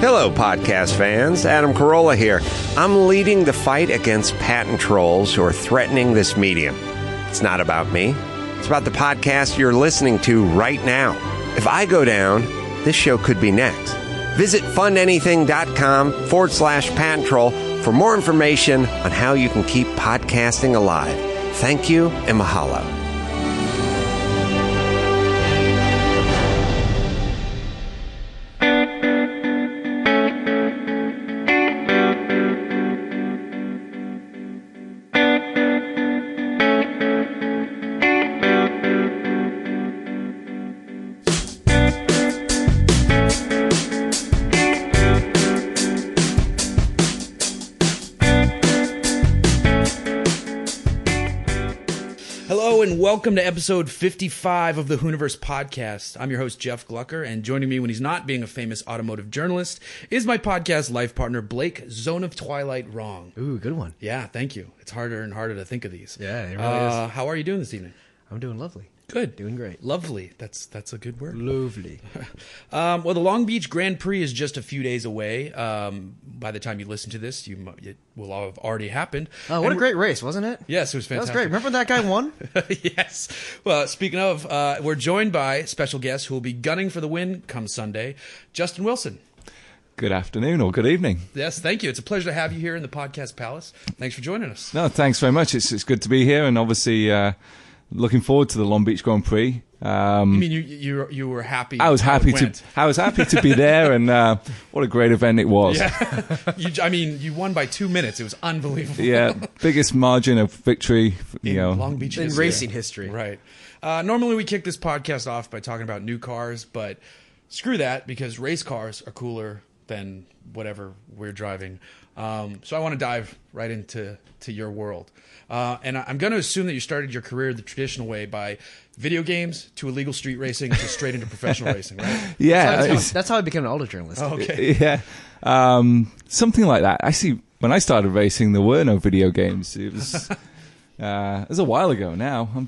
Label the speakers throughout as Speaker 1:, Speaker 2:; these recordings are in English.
Speaker 1: Hello, podcast fans. Adam Carolla here. I'm leading the fight against patent trolls who are threatening this medium. It's not about me, it's about the podcast you're listening to right now. If I go down, this show could be next. Visit fundanything.com forward slash patent troll for more information on how you can keep podcasting alive. Thank you and mahalo.
Speaker 2: Hello and welcome to episode 55 of the Hooniverse podcast. I'm your host, Jeff Glucker, and joining me when he's not being a famous automotive journalist is my podcast life partner, Blake Zone of Twilight Wrong.
Speaker 3: Ooh, good one.
Speaker 2: Yeah, thank you. It's harder and harder to think of these.
Speaker 3: Yeah, it really
Speaker 2: uh, How are you doing this evening?
Speaker 3: I'm doing lovely.
Speaker 2: Good.
Speaker 3: Doing great.
Speaker 2: Lovely. That's that's a good word.
Speaker 3: Lovely.
Speaker 2: Um, well, the Long Beach Grand Prix is just a few days away. Um, by the time you listen to this, you mu- it will all have already happened.
Speaker 3: Oh,
Speaker 2: And
Speaker 3: what a
Speaker 2: we're-
Speaker 3: great race, wasn't it?
Speaker 2: Yes, it was
Speaker 3: That was
Speaker 2: fantastic.
Speaker 3: great. Remember when that guy won?
Speaker 2: yes. Well, speaking of, uh, we're joined by special guest who will be gunning for the win come Sunday, Justin Wilson.
Speaker 4: Good afternoon or good evening.
Speaker 2: Yes, thank you. It's a pleasure to have you here in the podcast palace. Thanks for joining us.
Speaker 4: No, thanks very much. It's it's good to be here, and obviously uh, looking forward to the Long Beach Grand Prix.
Speaker 2: I
Speaker 4: Um,
Speaker 2: mean, you you you were happy.
Speaker 4: I was
Speaker 2: how it
Speaker 4: happy to
Speaker 2: went.
Speaker 4: I was happy to be there, and uh, what a great event it was. Yeah.
Speaker 2: You, I mean, you won by two minutes. It was unbelievable.
Speaker 4: biggest margin of victory. You
Speaker 2: in
Speaker 4: know,
Speaker 2: Long Beach
Speaker 3: In
Speaker 2: history.
Speaker 3: racing history.
Speaker 2: Right. Uh, normally we kick this podcast off by talking about new cars, but screw that because race cars are cooler than whatever we're driving. Um, so I want to dive right into to your world, uh, and I- I'm going to assume that you started your career the traditional way by video games to illegal street racing to straight into professional racing, right?
Speaker 4: yeah,
Speaker 3: That's,
Speaker 4: it's- Oh.
Speaker 3: how, that's how I became an auto journalist.
Speaker 4: yeah, um, something like that. Actually, when I started racing, there were no video games. It was uh, it was a while ago now. I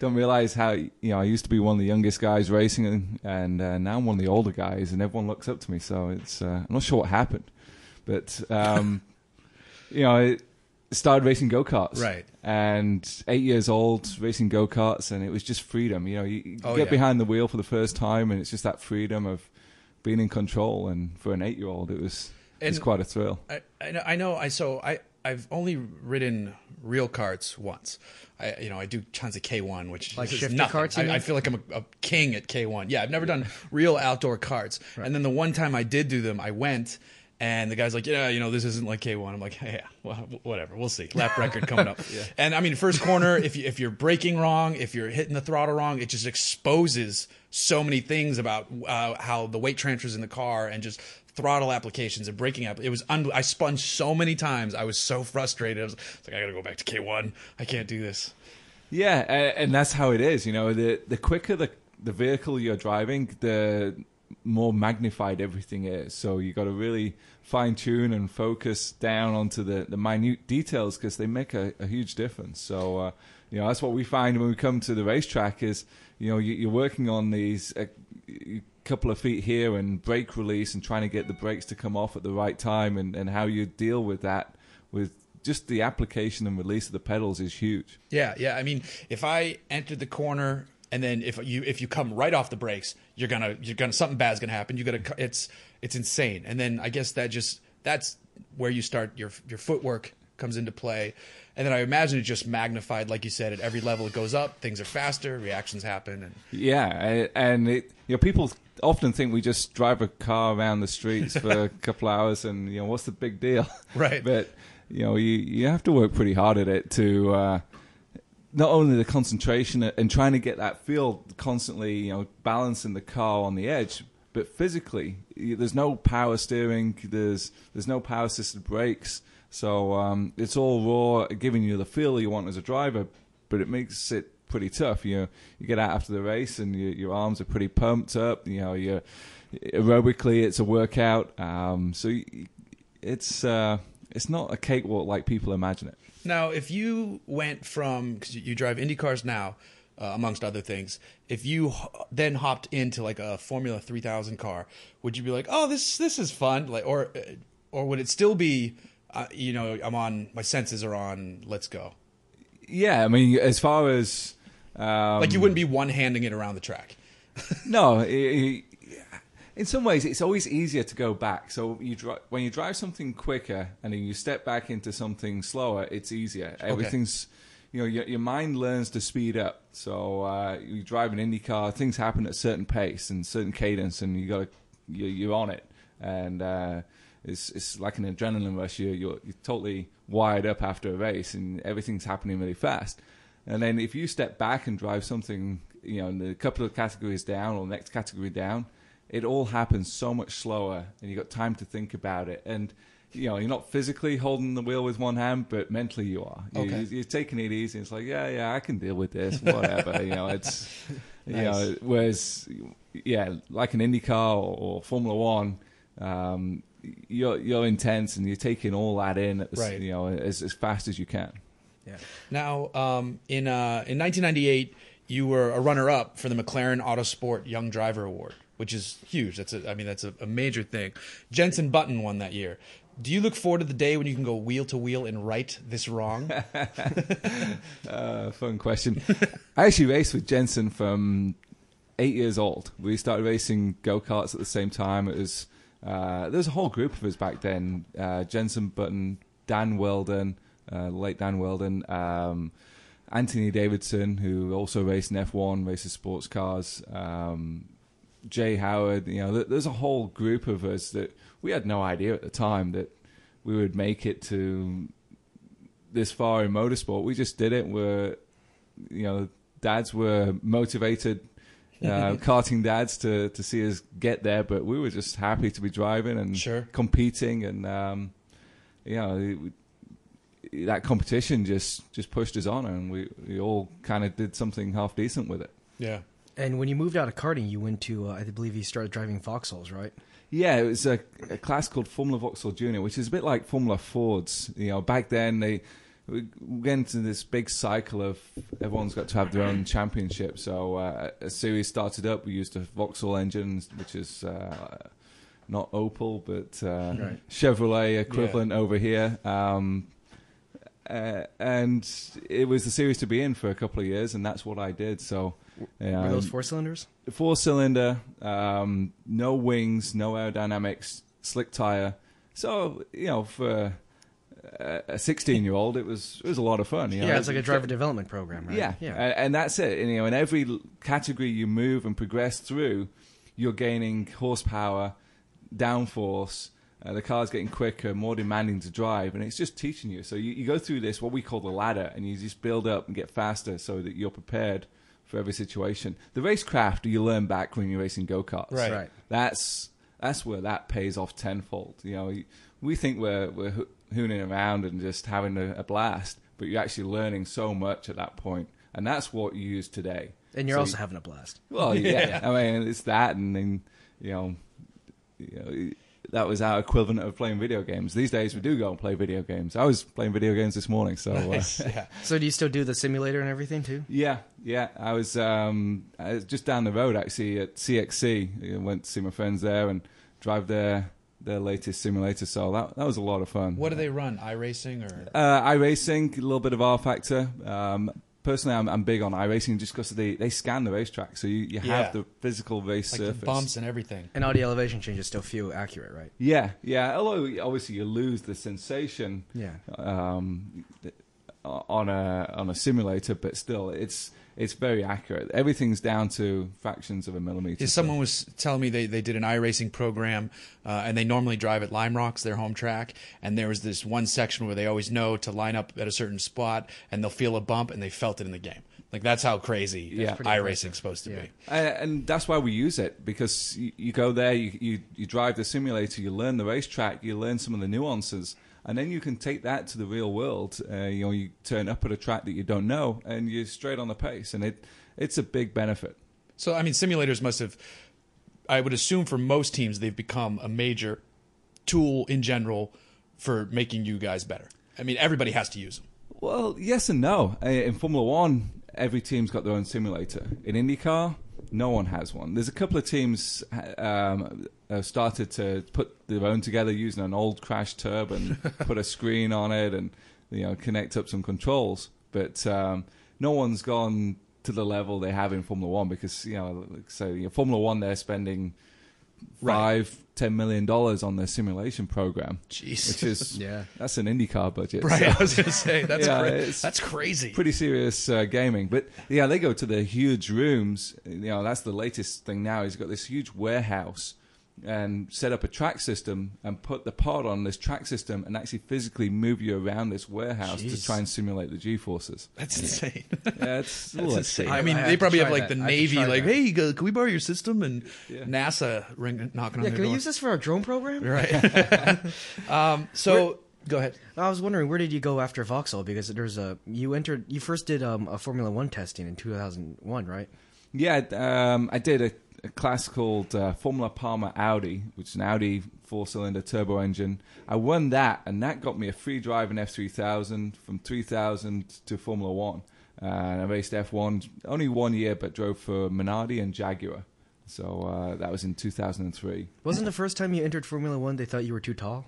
Speaker 4: don't realize how you know I used to be one of the youngest guys racing, and, and uh, now I'm one of the older guys, and everyone looks up to me. So it's uh, I'm not sure what happened, but um, you know. It, started racing go-karts
Speaker 2: Right.
Speaker 4: and eight years old racing go-karts and it was just freedom you know you, you
Speaker 2: Oh,
Speaker 4: get
Speaker 2: yeah.
Speaker 4: behind the wheel for the first time and it's just that freedom of being in control and for an eight-year-old it was it was
Speaker 2: And-
Speaker 4: quite a thrill
Speaker 2: I, I know- I know. I so I I've only ridden real carts once. I you know I do tons of K one, which
Speaker 3: Like
Speaker 2: is
Speaker 3: shifter
Speaker 2: nothing.
Speaker 3: carts, you
Speaker 2: I, I
Speaker 3: mean?
Speaker 2: feel like I'm a, a king at K one. Yeah, I've never done real outdoor carts. And then the one time I did do them, I went. And the guy's like, yeah, you know, this isn't like K1. I'm like, yeah, well, whatever. We'll see. Lap record coming up. And I mean, first corner, if, you, if you're braking wrong, if you're hitting the throttle wrong, it just exposes so many things about uh, how the weight transfers in the car and just throttle applications and braking app. It was un- I spun so many times. I was so frustrated. I was like, I gotta go back to K one. I can't do this.
Speaker 4: Yeah, a- and that's how it is. You know, the the quicker the the vehicle you're driving, the more magnified everything is. So you got to really fine tune and focus down onto the the minute details because they make a, a huge difference. So uh, you know, that's what we find when we come to the racetrack is you know you, you're working on these. Uh, y- couple of feet here and brake release and trying to get the brakes to come off at the right time and, and how you deal with that with just the application and release of the pedals is huge
Speaker 2: Yeah, yeah. I mean, if I entered the corner and then if you if you come right off the brakes, you're gonna you're gonna something bad's gonna happen. You gotta cu- it's it's insane. And then I guess that just that's where you start your your footwork comes into play. And then I imagine it just magnified, like you said, at every level it goes up. Things are faster, reactions happen, and
Speaker 4: Yeah, a- and it, you know, people often think we just drive a car around the streets for a couple hours, and you know, what's the big deal?
Speaker 2: Right.
Speaker 4: But you know, you you have to work pretty hard at it to uh, not only the concentration and trying to get that feel constantly, you know, balancing the car on the edge, but physically, y- there's no power steering, there's there's no power assisted brakes, so um, it's all raw, giving you the feel you want as a driver, but it makes it pretty tough. You know, you get out after the race and your your arms are pretty pumped up. You know, you aerobically, it's a workout. Um, so y- it's uh, it's not a cakewalk like people imagine it.
Speaker 2: Now, if you went from because you drive Indy cars now uh, amongst other things. If you h- then hopped into like a Formula 3000 car, would you be like, "Oh, this this is fun," like, or uh, or would it still be, uh, you know, I'm on my senses are on. Let's go.
Speaker 4: Yeah, I mean, as far as um,
Speaker 2: Like you wouldn't be one handing it around the track.
Speaker 4: no, i- i- in some ways, it's always easier to go back. So you dri- when you drive something quicker and then you step back into something slower, it's easier. Everything's, you know, your, your mind learns to speed up. So uh, you drive an Indy car, things happen at a certain pace and certain cadence, and you got you, you're on it, and uh, it's it's like an adrenaline rush. You're, you're you're totally wired up after a race, and everything's happening really fast. And then if you step back and drive something, you know, in the couple of categories down or next category down, it all happens so much slower, and you got time to think about it. And you know, you're not physically holding the wheel with one hand, but mentally you are. You,
Speaker 2: Okay.
Speaker 4: You're taking it easy. It's like, yeah, yeah, I can deal with this, whatever. you know, it's you know, whereas yeah, like an IndyCar or, or Formula One. Um, you're you're intense and you're taking all that in, at the, s-
Speaker 2: Right.
Speaker 4: you know, as as fast as you can.
Speaker 3: Yeah.
Speaker 2: Now, um, in uh, in 1998, you were a runner-up for the McLaren Autosport Young Driver Award, which is huge. That's a, I mean, that's a, a major thing. Jensen Button won that year. Do you look forward to the day when you can go wheel to wheel and right this wrong?
Speaker 4: A uh, fun question. I actually raced with Jensen from eight years old. We started racing go karts at the same time. It was uh, there was a whole group of us back then. Uh, Jensen Button, Dan Weldon, uh, late Dan Weldon, um, Anthony Davidson, who also raced in F1, races sports cars. Um, Jay Howard, you know, th- there's a whole group of us that we had no idea at the time that we would make it to this far in motorsport. We just did it. We're, you know, dads were motivated, uh, karting dads to, to see us get there, but we were just happy to be driving and
Speaker 2: Sure.
Speaker 4: competing. And, um, you know, it- it- that competition just, just pushed us on and we, we all kind of did something half decent with it.
Speaker 2: yeah.
Speaker 3: And when you moved out of karting, you went to, uh, I believe you started driving Vauxhalls, right?
Speaker 4: Yeah, it was a, a class called Formula Vauxhall Junior, which is a bit like Formula Fords. You know, back then they we went into this big cycle of everyone's got to have their own championship. So uh, a series started up. We used a Vauxhall engine, which is uh, not Opel, but uh,
Speaker 3: Right.
Speaker 4: Chevrolet equivalent over here. Um, uh, and it was the series to be in for a couple of years, and that's what I did. So.
Speaker 3: Were those
Speaker 4: um,
Speaker 3: four cylinders?
Speaker 4: four cylinder, um, no wings, no aerodynamics, slick tire. So you know, for a a sixteen year old, it was it was a lot of fun. You know?
Speaker 3: Yeah, it's like a driver development program, right?
Speaker 4: Yeah, Uh,
Speaker 3: Yeah.
Speaker 4: And, and that's it. And, you know, in every l- category you move and progress through, you're gaining horsepower, downforce. Uh, the car's getting quicker, more demanding to drive, and it's just teaching you. So you, you go through this what we call the ladder, and you just build up and get faster so that you're prepared for every situation. The racecraft you learn back when you're racing go karts.
Speaker 2: Right.
Speaker 3: Right.
Speaker 4: That's that's where that pays off tenfold. You know, we think we're we're ho- hooning around and just having a, a blast, but you're actually learning so much at that point, and that's what you use today.
Speaker 3: And you're
Speaker 4: So
Speaker 3: also having a blast.
Speaker 4: you- well, yeah. I mean, it's that, and then you know, you know, that was our equivalent of playing video games. These days, we do go and play video games. I was playing video games this morning, so. Uh,
Speaker 2: yeah.
Speaker 3: So do you still do the simulator and everything too?
Speaker 4: yeah, yeah. I was um, I was just down the road actually at CXC. I went to see my friends there and drive their their latest simulator. So that that was a lot of fun.
Speaker 2: What do they run? iRacing or
Speaker 4: Uh, iRacing, a little bit of R Factor. Um, personally, I'm, I'm big on iRacing just because they, they scan the racetrack, so you, you
Speaker 2: Yeah.
Speaker 4: have the physical race
Speaker 2: like
Speaker 4: surface.
Speaker 2: the bumps and everything?
Speaker 3: And audio elevation change is still few accurate, right?
Speaker 4: Yeah, yeah. Although obviously you lose the sensation.
Speaker 3: Yeah.
Speaker 4: um, on a on a simulator, but still, it's it's very accurate. Everything's down to fractions of a millimeter.
Speaker 2: Yeah, someone was telling me they, they did an iRacing program, uh, and they normally drive at Lime Rocks, their home track. And there was this one section where they always know to line up at a certain spot, and they'll feel a bump, and they felt it in the game. Like that's how crazy
Speaker 4: That's pretty
Speaker 2: iRacing's supposed to be.
Speaker 4: Uh, and that's why we use it because you, you go there, you, you you drive the simulator, you learn the racetrack, you learn some of the nuances, and then you can take that to the real world. Uh, you know, you turn up at a track that you don't know, and you're straight on the pace, and it it's a big benefit.
Speaker 2: So I mean, simulators must have. I would assume for most teams they've become a major tool in general for making you guys better. I mean, everybody has to use them.
Speaker 4: Well, yes and no. Uh, In Formula One, every team's got their own simulator. In IndyCar, no one has one. There's a couple of teams um, have started to put their own together using an old crash tub and put a screen on it and you know connect up some controls. But um, no one's gone to the level they have in Formula One because you know, like, so you know, Formula One they're spending five, ten million dollars on their simulation program,
Speaker 2: Jeez.
Speaker 4: which is
Speaker 3: Yeah.
Speaker 4: that's an IndyCar budget.
Speaker 2: Right,
Speaker 4: So-
Speaker 2: I was gonna say that's
Speaker 4: Yeah,
Speaker 2: cra-
Speaker 4: it's
Speaker 2: that's crazy.
Speaker 4: pretty serious uh, gaming. But yeah, they go to the huge rooms. You know, that's the latest thing now. He's got this huge warehouse and set up a track system and put the pod on this track system and actually physically move you around this warehouse to
Speaker 3: Jeez.
Speaker 4: try and simulate the G forces.
Speaker 2: that's insane.
Speaker 4: Yeah, it's a
Speaker 2: That's
Speaker 4: little
Speaker 2: insane.
Speaker 4: exciting.
Speaker 2: I mean,
Speaker 3: I
Speaker 2: they
Speaker 3: have to
Speaker 2: probably
Speaker 3: try
Speaker 2: have like
Speaker 3: that.
Speaker 2: the
Speaker 3: I have to
Speaker 2: Navy,
Speaker 3: try
Speaker 2: like,
Speaker 3: that.
Speaker 2: hey, go- can we borrow your system? And NASA ring, knocking on
Speaker 3: Yeah,
Speaker 2: their
Speaker 3: can we
Speaker 2: door.
Speaker 3: use this for our drone program?
Speaker 2: Right. um, so go ahead.
Speaker 3: I was wondering where did you go after Vauxhall because there's a you entered you first did um, a Formula One testing in 2001, right?
Speaker 4: Yeah, d- um, I did a, a class called uh, Formula Palmer Audi, which is an Audi four-cylinder turbo engine. I won that, and that got me a free drive in F3000 from 3000 to Formula One. Uh, and I raced F1 only one year, but drove for Minardi and Jaguar. So uh, that was in 2003.
Speaker 3: Wasn't the first time you entered Formula One they thought you were too tall?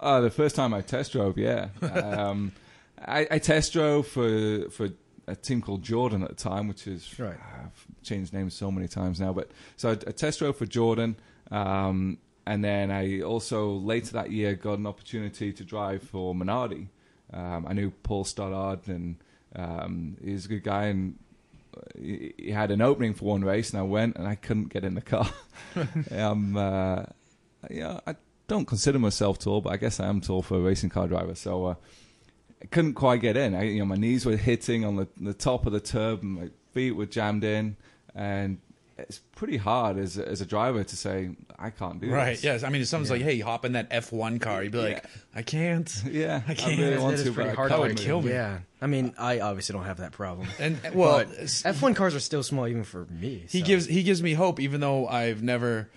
Speaker 4: Uh, the first time I test drove, yeah. Um, I, I test drove for for a team called Jordan at the time, which is uh,
Speaker 3: Right.
Speaker 4: I've changed names so many times now, but so I, I test drove for Jordan, um, and then I also later that year got an opportunity to drive for Minardi. Um, I knew Paul Stoddard, and um, he's a good guy, and uh, he he had an opening for one race, and I went, and I couldn't get in the car. um, uh, yeah, I don't consider myself tall, but I guess I am tall for a racing car driver. So uh, I couldn't quite get in. I, you know, my knees were hitting on the the top of the tub, and my feet were jammed in, and it's pretty hard as a- as a driver to say I can't do
Speaker 2: Right.
Speaker 4: this.
Speaker 2: Yes. I mean, if someone's like, hey, hop in that F1 car, you'd be like,
Speaker 4: Yeah.
Speaker 2: I can't.
Speaker 4: Yeah,
Speaker 2: I can't.
Speaker 4: really
Speaker 2: That
Speaker 4: want
Speaker 3: is
Speaker 4: to,
Speaker 3: pretty
Speaker 4: but
Speaker 3: hard
Speaker 4: I
Speaker 2: to
Speaker 4: can't.
Speaker 2: kill. me.
Speaker 3: Yeah. I mean, I obviously don't have that problem.
Speaker 2: And well,
Speaker 3: But
Speaker 2: s-
Speaker 3: F1 cars are still small even for me.
Speaker 2: he
Speaker 3: so.
Speaker 2: gives he gives me hope, even though I've never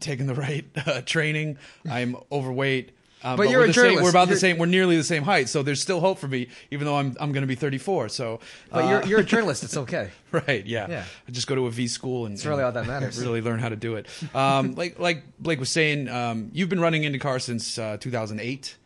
Speaker 2: taken the right uh, training. I'm overweight. Um,
Speaker 3: But you're
Speaker 2: we're
Speaker 3: a
Speaker 2: the same-
Speaker 3: journalist.
Speaker 2: We're about
Speaker 3: You're-
Speaker 2: the same. We're nearly the same height, so there's still hope for me, even though I'm I'm going to be 34. So,
Speaker 3: But
Speaker 2: uh,
Speaker 3: you're, you're a journalist. It's okay.
Speaker 2: right, yeah.
Speaker 3: Yeah.
Speaker 2: I just go to a V school and it's
Speaker 3: really all that matters.
Speaker 2: really learn how to do it. Um, like like Blake was saying, um, you've been running into cars since uh, 2008,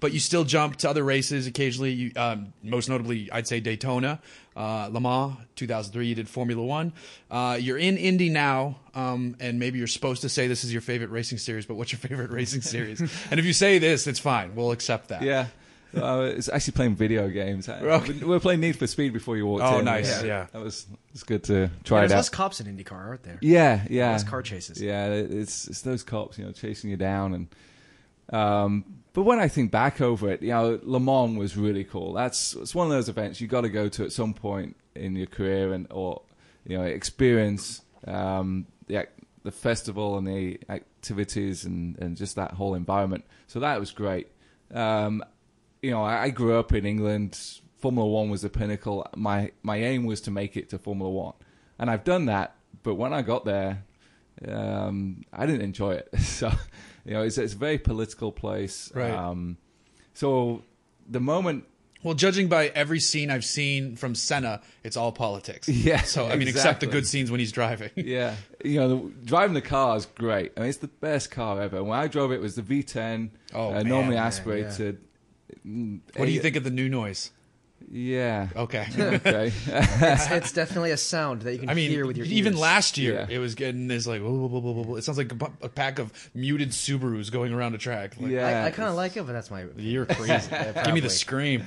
Speaker 2: but you still jump to other races occasionally. You, um, most notably, I'd say Daytona, uh, Le Mans, 2003. You did Formula One. Uh, you're in Indy now, um, and maybe you're supposed to say this is your favorite racing series. But what's your favorite racing series? and if you say this, it's fine. We'll accept that.
Speaker 4: Yeah. Uh, it's actually playing video games.
Speaker 2: Okay.
Speaker 4: We were playing Need for Speed before you walked
Speaker 2: Oh,
Speaker 4: in.
Speaker 2: nice, yeah.
Speaker 4: That was it's good to try
Speaker 3: There's
Speaker 4: it out.
Speaker 3: less cops in IndyCar, aren't there?
Speaker 4: Yeah, yeah.
Speaker 3: Those car chases.
Speaker 4: Yeah, it's it's those cops, you know, chasing you down and um but when I think back over it, you know, Le Mans was really cool. That's it's one of those events you got to go to at some point in your career and or you know, experience um the ac- the festival and the activities and and just that whole environment. So that was great. Um you know, I, I grew up in England. Formula One was the pinnacle. My my aim was to make it to Formula One, and I've done that. But when I got there, um, I didn't enjoy it. So, you know, it's, it's a very political place.
Speaker 2: Right.
Speaker 4: Um, so the moment
Speaker 2: Well, judging by every scene I've seen from Senna, it's all politics.
Speaker 4: Yeah,
Speaker 2: So I mean, except the
Speaker 4: exactly.
Speaker 2: good scenes when he's driving.
Speaker 4: yeah, you know, the, driving the car is great. I mean, it's the best car ever. When I drove it, it was the V10,
Speaker 2: Oh,
Speaker 4: uh,
Speaker 2: man.
Speaker 4: normally
Speaker 2: Yeah, yeah.
Speaker 4: aspirated. Mm,
Speaker 2: What do you think of the new noise?
Speaker 4: Yeah.
Speaker 2: Okay.
Speaker 4: Okay.
Speaker 3: It's, it's definitely a sound that you can
Speaker 2: I mean,
Speaker 3: hear with your
Speaker 2: even
Speaker 3: ears.
Speaker 2: last year,
Speaker 4: Yeah.
Speaker 2: it was getting this like, whoa, whoa, whoa, whoa, whoa, whoa. it sounds like a, bu- a pack of muted Subarus going around a track. Like,
Speaker 4: yeah.
Speaker 3: I, I kind of like it, but that's my.
Speaker 2: You're crazy. Give me
Speaker 3: probably.
Speaker 2: the scream.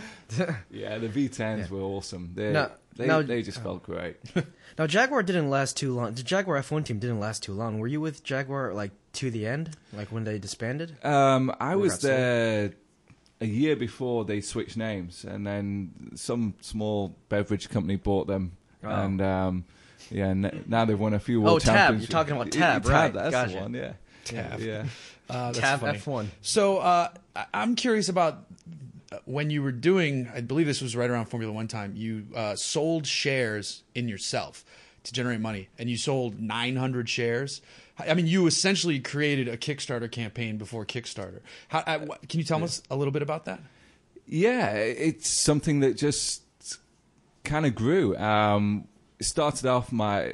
Speaker 4: Yeah, the V10s were awesome. They,
Speaker 3: No,
Speaker 4: they,
Speaker 3: no-
Speaker 4: they just felt great.
Speaker 3: Now Jaguar didn't last too long. The Jaguar F1 team didn't last too long. Were you with Jaguar like to the end, like when they disbanded?
Speaker 4: Um, I was
Speaker 3: Congrats, sir.
Speaker 4: there a year before they switched names, and then some small beverage company bought them,
Speaker 3: Oh.
Speaker 4: and um, yeah, n- now they've won a few world
Speaker 3: Oh, Tab. You're
Speaker 4: championships.
Speaker 3: talking about
Speaker 4: Yeah,
Speaker 3: Tab, right.
Speaker 4: That's
Speaker 3: Gotcha.
Speaker 4: the one. Yeah,
Speaker 2: Tab.
Speaker 4: Yeah,
Speaker 2: Uh, that's
Speaker 3: Tab
Speaker 2: funny.
Speaker 3: F1.
Speaker 2: So uh, I- I'm curious about uh, when you were doing. I believe this was right around Formula One time. You uh, sold shares in yourself to generate money, and you sold 900 shares. I I mean, you essentially created a Kickstarter campaign before Kickstarter. How, uh, I, wh- can you tell us a little bit about that?
Speaker 4: yeah. It's something that just kind of grew. Um, it started off my,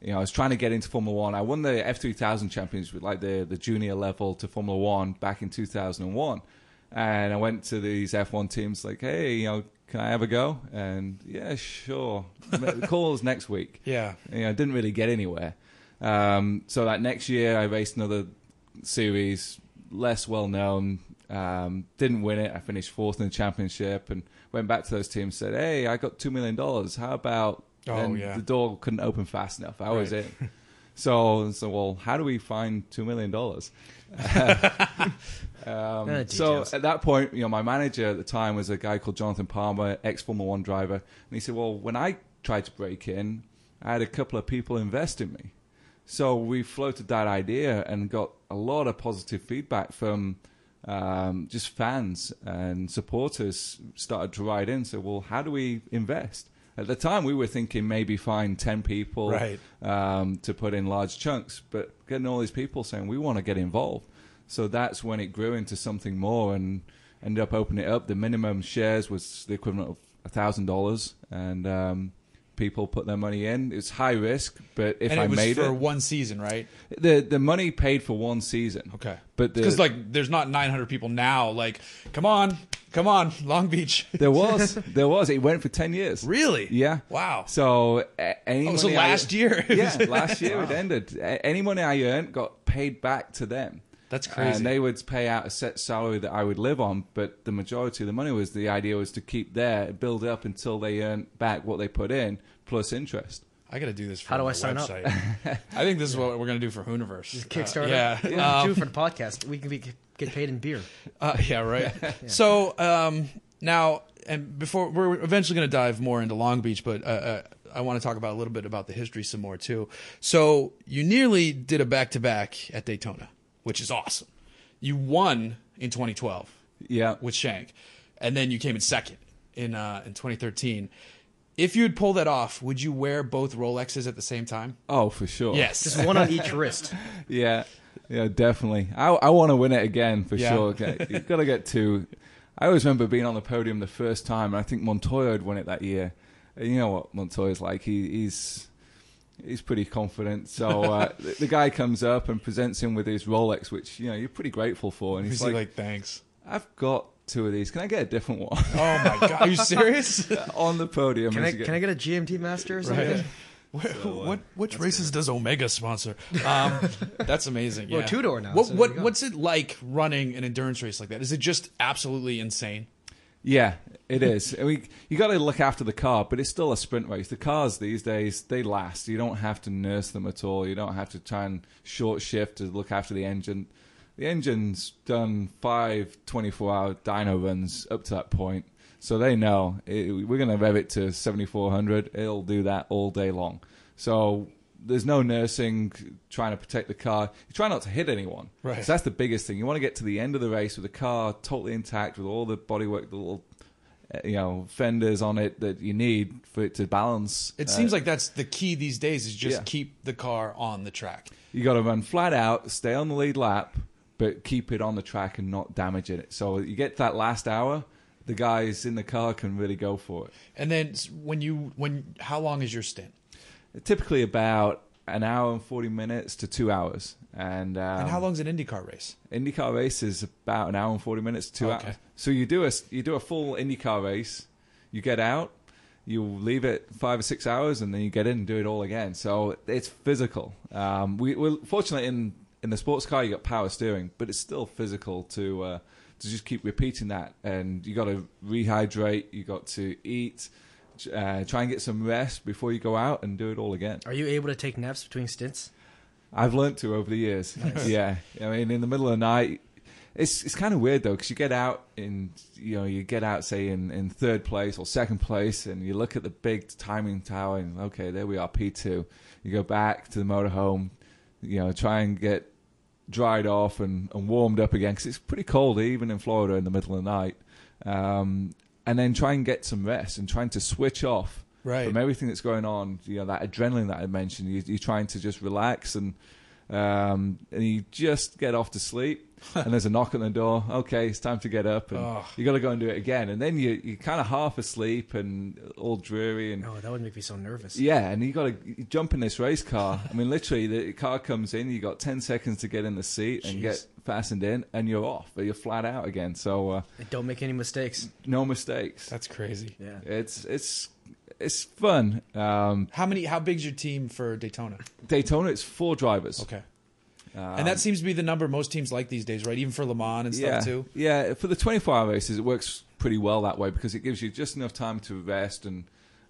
Speaker 4: you know, I was trying to get into Formula One. I won the F three thousand championship, like the the junior level to Formula One back in two thousand and one, and I went to these F one teams like, hey, you know, can I have a go? And yeah, sure. Call us next week.
Speaker 2: Yeah.
Speaker 4: you know, I didn't really get anywhere. Um, so that next year, I raced another series, less well known. Um, didn't win it. I finished fourth in the championship and went back to those teams. Said, "Hey, I got two million dollars. How about?"
Speaker 2: Oh,
Speaker 4: and
Speaker 2: yeah.
Speaker 4: The door couldn't open fast enough. That was
Speaker 2: Right.
Speaker 4: it. So, so well, how do we find two million dollars?
Speaker 3: Uh,
Speaker 4: Um, So
Speaker 3: details.
Speaker 4: at that point, you know, my manager at the time was a guy called Jonathan Palmer, ex Formula One driver, and he said, "Well, when I tried to break in, I had a couple of people invest in me." So we floated that idea and got a lot of positive feedback from um, just fans and supporters started to write in. So, well, how do we invest? At the time, we were thinking maybe find ten people
Speaker 2: Right.
Speaker 4: um, to put in large chunks, but getting all these people saying we want to get involved. So that's when it grew into something more and ended up opening it up. The minimum shares was the equivalent of thousand dollars, and um, people put their money in. It's high risk, but if
Speaker 2: and
Speaker 4: I
Speaker 2: it was
Speaker 4: made
Speaker 2: for
Speaker 4: it,
Speaker 2: one season, right?
Speaker 4: the the money paid for one season.
Speaker 2: Okay.
Speaker 4: but the,
Speaker 2: because like there's not 900 people now. Like, come on, come on, Long Beach.
Speaker 4: there was there was it went for ten years.
Speaker 2: really?
Speaker 4: Yeah.
Speaker 2: Wow.
Speaker 4: So a- any
Speaker 2: Oh, so
Speaker 4: money
Speaker 2: last
Speaker 4: I,
Speaker 2: year.
Speaker 4: yeah, last year it ended. A- Any money I earned got paid back to them.
Speaker 2: That's crazy.
Speaker 4: And they would pay out a set salary that I would live on, but the majority of the money was the idea was to keep there, build up until they earn back what they put in plus interest.
Speaker 2: I got to do this. For
Speaker 3: How do
Speaker 2: the
Speaker 3: I sign up?
Speaker 2: website. I think this is what we're gonna do for Hooniverse.
Speaker 3: Kickstarter.
Speaker 2: Uh, yeah.
Speaker 3: What do we
Speaker 2: Um,
Speaker 3: do for the podcast? We can be, get paid in beer.
Speaker 2: Uh, yeah, right. So um, now, and before we're eventually going to dive more into Long Beach, but uh, uh, I want to talk about a little bit about the history some more too. So you nearly did a back to back at Daytona, which is awesome. You won in 2012
Speaker 4: Yeah.
Speaker 2: with Shank, and then you came in second in uh, in 2013. If you'd pull that off, would you wear both Rolexes at the same time?
Speaker 4: Oh, for sure.
Speaker 2: Yes.
Speaker 3: Just one on each wrist.
Speaker 4: Yeah. Yeah, definitely. I I want to win it again for
Speaker 2: Yeah.
Speaker 4: sure. You've got to get two. I always remember being on the podium the first time, and I think Montoya had won it that year. And you know what Montoya's like? He, he's he's pretty confident. So uh, the, the guy comes up and presents him with his Rolex, which you know you're pretty grateful for, and he's
Speaker 2: He's
Speaker 4: like,
Speaker 2: like, thanks.
Speaker 4: "I've got two of these. Can I get a different one?"
Speaker 2: Oh my god, are you serious?
Speaker 4: on the podium.
Speaker 3: Can I,
Speaker 4: he's
Speaker 3: can I get a GMT master or something?
Speaker 2: Right. Wh-
Speaker 3: uh,
Speaker 2: what which races does Omega sponsor? Um, that's amazing.
Speaker 3: Well,
Speaker 2: yeah.
Speaker 3: two-door now,
Speaker 2: What,
Speaker 3: so there
Speaker 2: what
Speaker 3: you go.
Speaker 2: what's it like running an endurance race like that? Is it just absolutely insane?
Speaker 4: Yeah, it is. I mean, you got to look after the car, but it's still a sprint race. The cars these days they last. You don't have to nurse them at all. You don't have to try and short shift to look after the engine. The engine's done five 24-hour dyno runs up to that point, so they know it, we're going to rev it to 7400. It'll do that all day long. So there's no nursing, trying to protect the car. You try not to hit anyone.
Speaker 2: Right.
Speaker 4: So that's the biggest thing. You want to get to the end of the race with the car totally intact, with all the bodywork, the little uh, you know fenders on it that you need for it to balance.
Speaker 2: It
Speaker 4: Uh,
Speaker 2: seems like that's the key these days is just
Speaker 4: yeah.
Speaker 2: keep the car on the track.
Speaker 4: you got to run flat out, stay on the lead lap, but keep it on the track and not damage it. So you get to that last hour, the guys in the car can really go for it.
Speaker 2: And then s- when you when how long is your stint?
Speaker 4: Typically about an hour and forty minutes to two hours, and um,
Speaker 2: And how long's an IndyCar race?
Speaker 4: IndyCar race is about an hour and forty minutes, two
Speaker 2: Okay.
Speaker 4: hours. So you do a you do a full IndyCar race, you get out, you leave it five or six hours, and then you get in and do it all again. So it's physical. Um, we, we're fortunate in in the sports car you got power steering, but it's still physical to uh, to just keep repeating that. And you got to rehydrate, you got to eat, uh, try and get some rest before you go out and do it all again.
Speaker 3: Are you able to take naps between stints?
Speaker 4: I've learnt to over the years. Yeah, I mean, in the middle of the night, it's it's kind of weird though because you get out in you know you get out say in, in third place or second place and you look at the big timing tower and okay there we are P two. You go back to the motorhome, you know, try and get dried off and, and warmed up again because it's pretty cold even in Florida in the middle of the night. Um, and then try and get some rest and trying to switch off
Speaker 2: Right.
Speaker 4: from everything that's going on. You know that adrenaline that I mentioned. You, you're trying to just relax and Um, and you just get off to sleep, and there's a knock at the door. Okay, it's time to get up, and you got to go and do it again. And then you you're kind of half asleep and all dreary and
Speaker 3: Oh, that would make me so nervous.
Speaker 4: yeah, and you got to jump in this race car. I mean, literally, the car comes in. You got ten seconds to get in the seat and get fastened in, and you're off. You're flat out again. So uh,
Speaker 3: And Don't make any mistakes.
Speaker 4: no mistakes.
Speaker 2: That's crazy.
Speaker 3: Yeah.
Speaker 4: It's it's it's fun. Um,
Speaker 2: How many? How big's your team for Daytona?
Speaker 4: Daytona, it's four drivers.
Speaker 2: Okay. and
Speaker 3: Um,
Speaker 2: that seems to be the number most teams like these days, right? Even for Le Mans and stuff
Speaker 4: Yeah,
Speaker 2: too.
Speaker 4: yeah. For the twenty-four hour races, it works pretty well that way because it gives you just enough time to rest and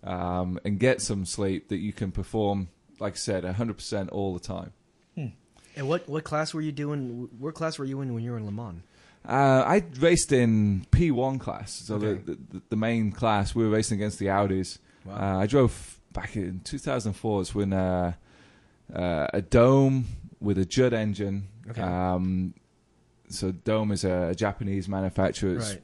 Speaker 4: um, and get some sleep that you can perform, like I said, hundred percent all the time.
Speaker 3: And what what class were you doing? What class were you in when you were in Le Mans?
Speaker 4: Uh, I raced in P1 class, so the, the the main class. We were racing against the Audis. Uh, I drove back in 2004. It's when uh, uh, a dome with a Judd engine.
Speaker 3: Okay.
Speaker 4: Um, so dome is a, Japanese manufacturer. It's
Speaker 3: Right.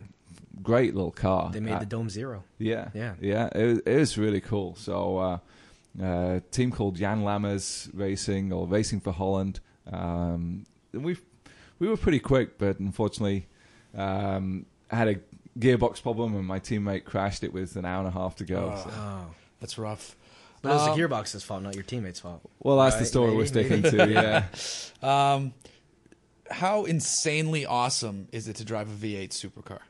Speaker 4: Great little car.
Speaker 3: They made
Speaker 4: Uh,
Speaker 3: the Dome Zero.
Speaker 4: yeah,
Speaker 3: Yeah.
Speaker 4: yeah. It, was- it was really cool. So, uh, uh, team called Jan Lammers Racing or Racing for Holland. Um, we we were pretty quick, but unfortunately, um, I had a gearbox problem and my teammate crashed it with an hour and a half to go. so-
Speaker 3: Oh.
Speaker 2: That's rough.
Speaker 3: But it was
Speaker 2: Um,
Speaker 3: the gearbox's fault, not your teammates' fault.
Speaker 4: Well, that's the
Speaker 3: Right,
Speaker 4: story we're
Speaker 3: maybe,
Speaker 4: sticking
Speaker 3: maybe.
Speaker 4: to. Yeah,
Speaker 2: Um, how insanely awesome is it to drive a V8 supercar?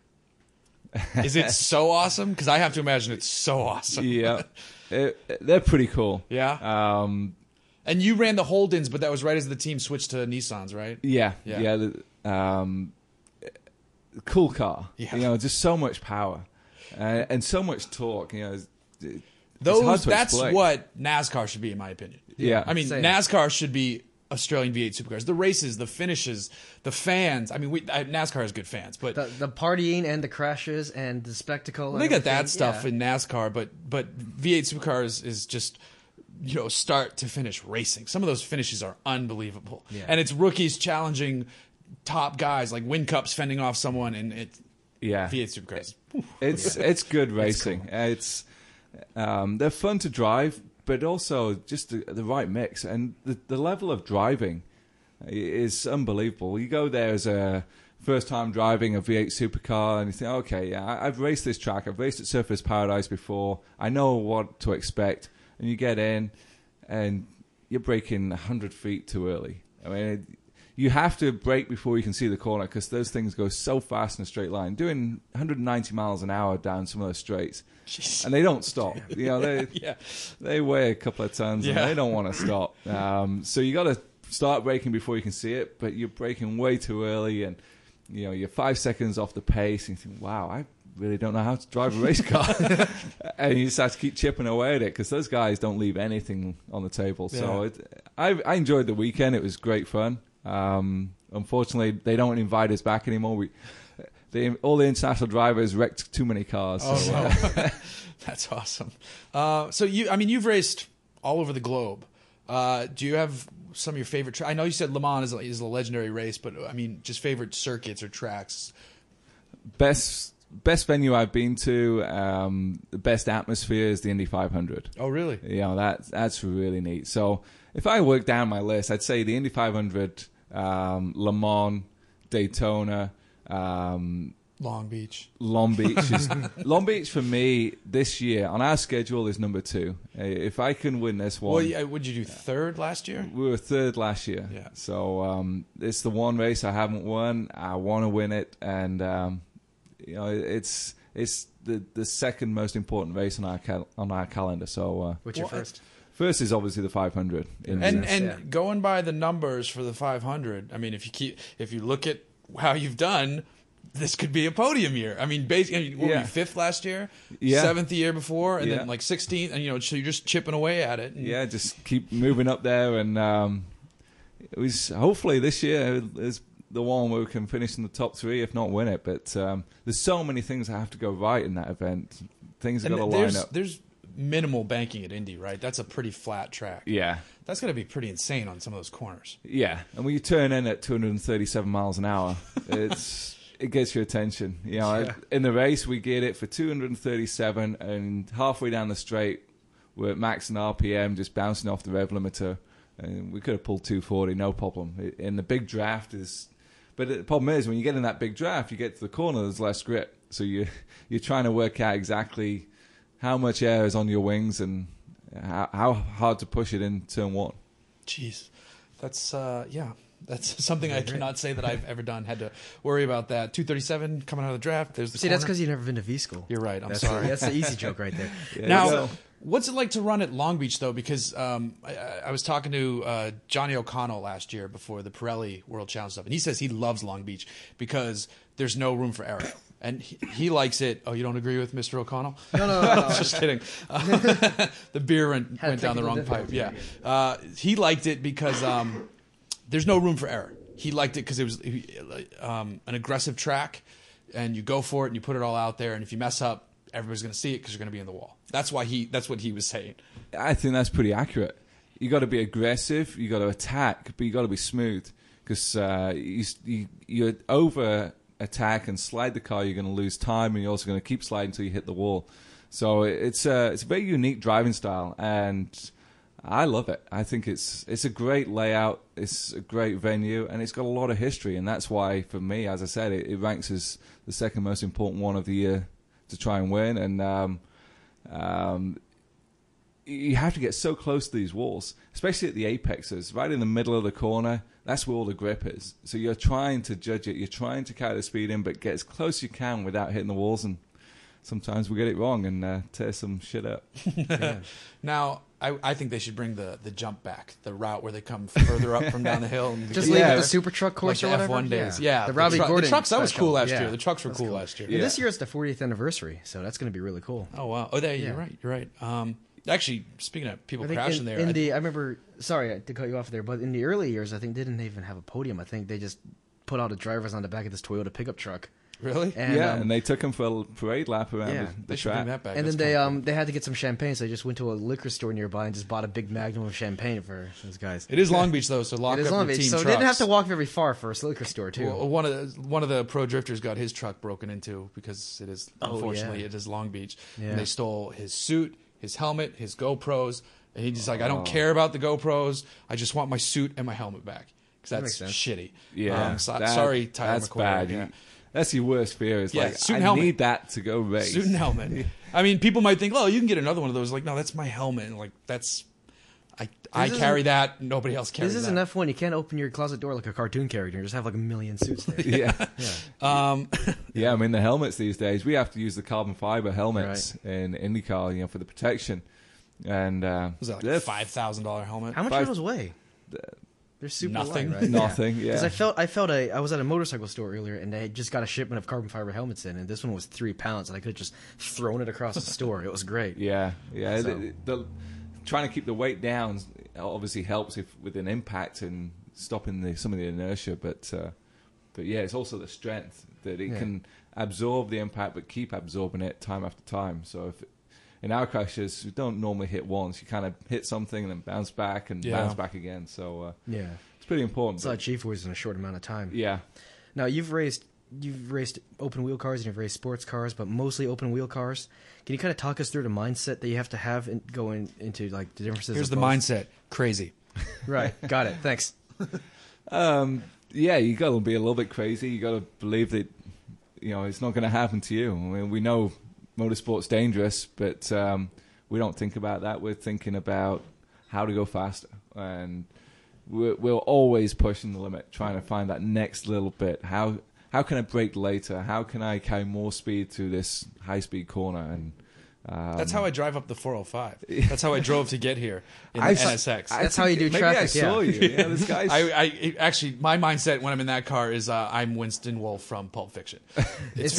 Speaker 2: Is it so awesome? Because I have to imagine it's so awesome.
Speaker 4: yeah. It, it- they're pretty cool.
Speaker 2: Yeah?
Speaker 4: Um,
Speaker 2: And you ran the Holdens, but that was right as the team switched to Nissans, right?
Speaker 4: Yeah,
Speaker 2: Yeah.
Speaker 4: yeah. the, um, cool car.
Speaker 2: Yeah.
Speaker 4: You know, just so much power uh, and so much torque. You know, it's, it's hard
Speaker 2: Those.
Speaker 4: to
Speaker 2: That's
Speaker 4: explain.
Speaker 2: what NASCAR should be, in my opinion.
Speaker 4: Yeah.
Speaker 2: I mean,
Speaker 3: Same.
Speaker 2: NASCAR should be Australian V8 supercars. The races, the finishes, the fans. I mean, we, I, NASCAR has good fans, but
Speaker 3: The, the partying and the crashes and the spectacle. and
Speaker 2: they got
Speaker 3: everything,
Speaker 2: that stuff
Speaker 3: yeah.
Speaker 2: in NASCAR, but but V8 supercars is just you know start to finish racing. Some of those finishes are unbelievable,
Speaker 3: Yeah.
Speaker 2: and it's rookies challenging top guys like Win Cups fending off someone, and it
Speaker 4: Yeah.
Speaker 2: V8 supercars.
Speaker 4: It's it's good racing. Uh, It's, um, they're fun to drive, but also just the, the right mix and the the level of driving i- is unbelievable. You go there as a first time driving a V8 supercar, and you think, okay, yeah, I, I've raced this track. I've raced at Surface Paradise before. I know what to expect. And you get in, and you're braking hundred feet too early. I mean. It, you have to brake before you can see the corner because those things go so fast in a straight line. Doing 190 miles an hour down some of those straights,
Speaker 2: Jeez.
Speaker 4: and they don't stop. You know, they
Speaker 2: Yeah.
Speaker 4: they weigh a couple of tons
Speaker 2: Yeah.
Speaker 4: and they don't want to stop. Um, so you got to start braking before you can see it, but you're braking way too early, and you know you're five seconds off the pace, and you think, "Wow, I really don't know how to drive a race car," and you just have to keep chipping away at it because those guys don't leave anything on the table. So
Speaker 2: Yeah.
Speaker 4: it, I, I enjoyed the weekend; it was great fun. Um, unfortunately, they don't invite us back anymore. We they, all the international drivers wrecked too many cars. so, uh,
Speaker 2: Oh, no. That's awesome. Uh, so you, I mean, you've raced all over the globe. Uh, do you have some of your favorite? Tra- I know you said Le Mans is a, is a legendary race, but I mean, just favorite circuits or tracks.
Speaker 4: best best venue I've been to, um, the best atmosphere is the Indy 500.
Speaker 2: Oh, really?
Speaker 4: You know that's that's really neat. So if I work down my list, I'd say the Indy 500, um, Le Mans, Daytona, um,
Speaker 2: Long Beach.
Speaker 4: Long Beach is Long Beach for me this year on our schedule is number two. Uh, If I can win this one,
Speaker 2: Well, yeah, would you do third last year?
Speaker 4: we were third last year.
Speaker 2: Yeah.
Speaker 4: So um, it's the one race I haven't won. I want to win it, and um, you know it's it's the the second most important race on our cal- on our calendar. So uh,
Speaker 3: What's your
Speaker 2: Well,
Speaker 3: first?
Speaker 4: first is obviously the 500. In
Speaker 2: And
Speaker 4: the-
Speaker 2: and
Speaker 3: yeah.
Speaker 2: going by the numbers for the 500, I mean, if you keep if you look at how you've done, this could be a podium year. I mean, basically, I mean, what were
Speaker 4: Yeah.
Speaker 2: you fifth last year,
Speaker 4: Yeah.
Speaker 2: seventh the year before, and
Speaker 4: Yeah.
Speaker 2: then like 16th, and you know, so you're just chipping away at it. And
Speaker 4: yeah, just keep moving up there, and um, it was hopefully this year is the one where we can finish in the top three, if not win it. But um, there's so many things that have to go right in that event. Things have
Speaker 2: And
Speaker 4: got to line
Speaker 2: there's
Speaker 4: up.
Speaker 2: there's minimal banking at Indy, right? That's a pretty flat track.
Speaker 4: Yeah.
Speaker 2: That's going to be pretty insane on some of those corners.
Speaker 4: Yeah, and when you turn in at 237 miles an hour, it's it gets your attention. You know, in the race we geared it for 237, and halfway down the straight, we're at max and RPM, just bouncing off the rev limiter, and we could have pulled 240, no problem. It- And the big draft is, but the problem is when you get in that big draft, you get to the corner, there's less grip, so you you're trying to work out exactly how much air is on your wings and how, how hard to push it in turn one.
Speaker 2: Jeez, that's uh, yeah, that's something I cannot say that I've ever done. Had to worry about that. Two thirty seven coming out of the draft. There's the
Speaker 3: See, that's
Speaker 2: corner.
Speaker 3: because you've never been to V school.
Speaker 2: You're right, I'm
Speaker 3: that's
Speaker 2: sorry.
Speaker 3: that's the easy joke right there.
Speaker 2: now,
Speaker 4: So-
Speaker 2: what's it like to run at Long Beach though? Because um, I, I I was talking to uh, Johnny O'Connell last year before the Pirelli World Challenge stuff, and he says he loves Long Beach because there's no room for error, and he, he likes it. Oh, you don't agree with Mr. O'Connell? No, no, no, just kidding. Uh, the beer went,
Speaker 3: Had a
Speaker 2: went down the
Speaker 3: technical
Speaker 2: wrong pipe. Yeah,
Speaker 3: difficulty.
Speaker 2: uh, he liked it because. Um, there's no room for error. He liked it because it was um, an aggressive track, and you go for it and you put it all out there. And if you mess up, everybody's going to see it because you're going to be in the wall. That's why he. That's what he was saying.
Speaker 4: I think that's pretty accurate. You got to be aggressive. You got to attack, but you got to be smooth because uh, you, you you over attack and slide the car, you're going to lose time, and you're also going to keep sliding until you hit the wall. So it- it's a it's a very unique driving style, and I love it. I think it's it's a great layout. It's a great venue, and it's got a lot of history, and that's why for me, as I said, it, it ranks as the second most important one of the year to try and win. And um, um, you have to get so close to these walls, especially at the apexes, right in the middle of the corner. That's where all the grip is. So you're trying to judge it. You're trying to carry the speed in, but get as close you can without hitting the walls. And sometimes we get it wrong and uh, tear some shit up.
Speaker 2: Now, I, I think they should bring the the jump back, the route where they come further up from down the hill. And
Speaker 3: Just
Speaker 4: Yeah.
Speaker 3: leave it the super truck
Speaker 2: like
Speaker 3: course
Speaker 2: the
Speaker 3: or
Speaker 2: F
Speaker 3: whatever.
Speaker 2: one days. Yeah,
Speaker 3: the Robbie
Speaker 2: truck-
Speaker 3: Gordon.
Speaker 2: The trucks that was
Speaker 3: special.
Speaker 2: cool last
Speaker 3: Yeah.
Speaker 2: year. The trucks were cool, last year.
Speaker 3: And This year it's the 40th anniversary, so that's going to be really cool.
Speaker 2: Oh wow. Oh, there you're
Speaker 3: Yeah.
Speaker 2: right. You're right. Um, actually, speaking of people
Speaker 3: I think
Speaker 2: crashing
Speaker 3: in,
Speaker 2: there,
Speaker 3: in
Speaker 2: I-
Speaker 3: the I remember sorry to cut you off there, but in the early years I think they didn't even have a podium. I think they just put all the drivers on the back of this Toyota pickup truck.
Speaker 2: really,
Speaker 3: And,
Speaker 4: yeah,
Speaker 3: um,
Speaker 4: and they took him for a little parade lap around
Speaker 3: Yeah,
Speaker 4: the, the
Speaker 2: they should
Speaker 4: track.
Speaker 2: bring that back.
Speaker 3: and
Speaker 2: That's
Speaker 3: then they
Speaker 2: kinda
Speaker 3: um they had to get some champagne, so they just went to a liquor store nearby and just bought a big magnum of champagne for those guys.
Speaker 2: cool. It is Long Beach though, so lock
Speaker 3: It is
Speaker 2: up
Speaker 3: Long
Speaker 2: your
Speaker 3: Beach,
Speaker 2: team
Speaker 3: so
Speaker 2: trucks.
Speaker 3: they didn't have to walk very far for a liquor store too.
Speaker 2: Well, one of the, one of the pro drifters got his truck broken into because it is
Speaker 3: Oh,
Speaker 2: unfortunately
Speaker 3: yeah.
Speaker 2: it is Long Beach.
Speaker 3: Yeah.
Speaker 2: And they stole his suit, his helmet, his GoPros, and he's just like, I don't care about the GoPros. I just want my suit and my helmet back because that's
Speaker 3: makes sense.
Speaker 2: shitty.
Speaker 4: Yeah,
Speaker 2: Um, so-
Speaker 4: that-
Speaker 2: sorry, Tyler
Speaker 4: That's
Speaker 2: McCord,
Speaker 4: bad.
Speaker 2: yeah.
Speaker 4: You- That's your worst fear. Is
Speaker 2: Yeah,
Speaker 4: like
Speaker 2: suit
Speaker 4: I
Speaker 2: and helmet.
Speaker 4: need that to go race.
Speaker 2: Suit and helmet. I mean, people might think, "Oh, you can get another one of those." Like, no, that's my helmet. And, Like, that's I I
Speaker 3: isn't-
Speaker 2: carry that. Nobody else carries
Speaker 3: this is
Speaker 2: that.
Speaker 3: an F one. You can't open your closet door like a cartoon character and just have like a million suits there.
Speaker 4: yeah.
Speaker 2: Um,
Speaker 4: Yeah, I mean the helmets these days. We have to use the carbon fiber helmets in IndyCar, you know, for the protection. And uh,
Speaker 2: was that like
Speaker 4: they're
Speaker 2: a five thousand dollar helmet?
Speaker 3: How much
Speaker 4: Five-
Speaker 3: do those weigh? They're super
Speaker 2: Nothing.
Speaker 3: light, right?
Speaker 4: Nothing, yeah.
Speaker 3: Because I felt I felt a I was at a motorcycle store earlier and they had just got a shipment of carbon fiber helmets in, and this one was three pounds, and I could have just thrown it across the store. It was great.
Speaker 4: Yeah, yeah.
Speaker 3: So-
Speaker 4: The, the- trying to keep the weight down obviously helps if with an impact and stopping the, some of the inertia, but uh, but yeah, it's also the strength that it
Speaker 3: Yeah.
Speaker 4: can absorb the impact but keep absorbing it time after time. So if in our crashes, you don't normally hit once. You kind of hit something and then bounce back and
Speaker 2: Yeah.
Speaker 4: bounce back again. So uh,
Speaker 3: Yeah.
Speaker 4: it's pretty important.
Speaker 3: It's a lot
Speaker 4: but-
Speaker 3: of G forces in a short amount of time.
Speaker 4: yeah.
Speaker 3: Now you've raced you've raced open wheel cars and you've raced sports cars, but mostly open wheel cars. Can you kind of talk us through the mindset that you have to have in, going into like the differences?
Speaker 2: Here's
Speaker 3: of
Speaker 2: the
Speaker 3: both?
Speaker 2: mindset. Crazy.
Speaker 3: Right. Got it. Thanks.
Speaker 4: Um, yeah, you got to be a little bit crazy. You got to believe that you know it's not going to happen to you. I mean, we know motorsport's dangerous, but um, we don't think about that. We're thinking about how to go faster, and we're, we're always pushing the limit, trying to find that next little bit. How how can I brake later? How can I carry more speed through this high speed corner? And um,
Speaker 2: That's how I drive up the 405. That's how I drove to get here in the
Speaker 4: I-
Speaker 2: NSX.
Speaker 4: I
Speaker 2: I,
Speaker 3: That's how you
Speaker 4: think-
Speaker 3: do
Speaker 4: Maybe I
Speaker 3: traffic, yeah.
Speaker 4: saw you. Yeah, this guy's
Speaker 2: I, um, it- actually, my mindset when I'm in that car is uh, I'm Winston Wolfe from Pulp Fiction. It's,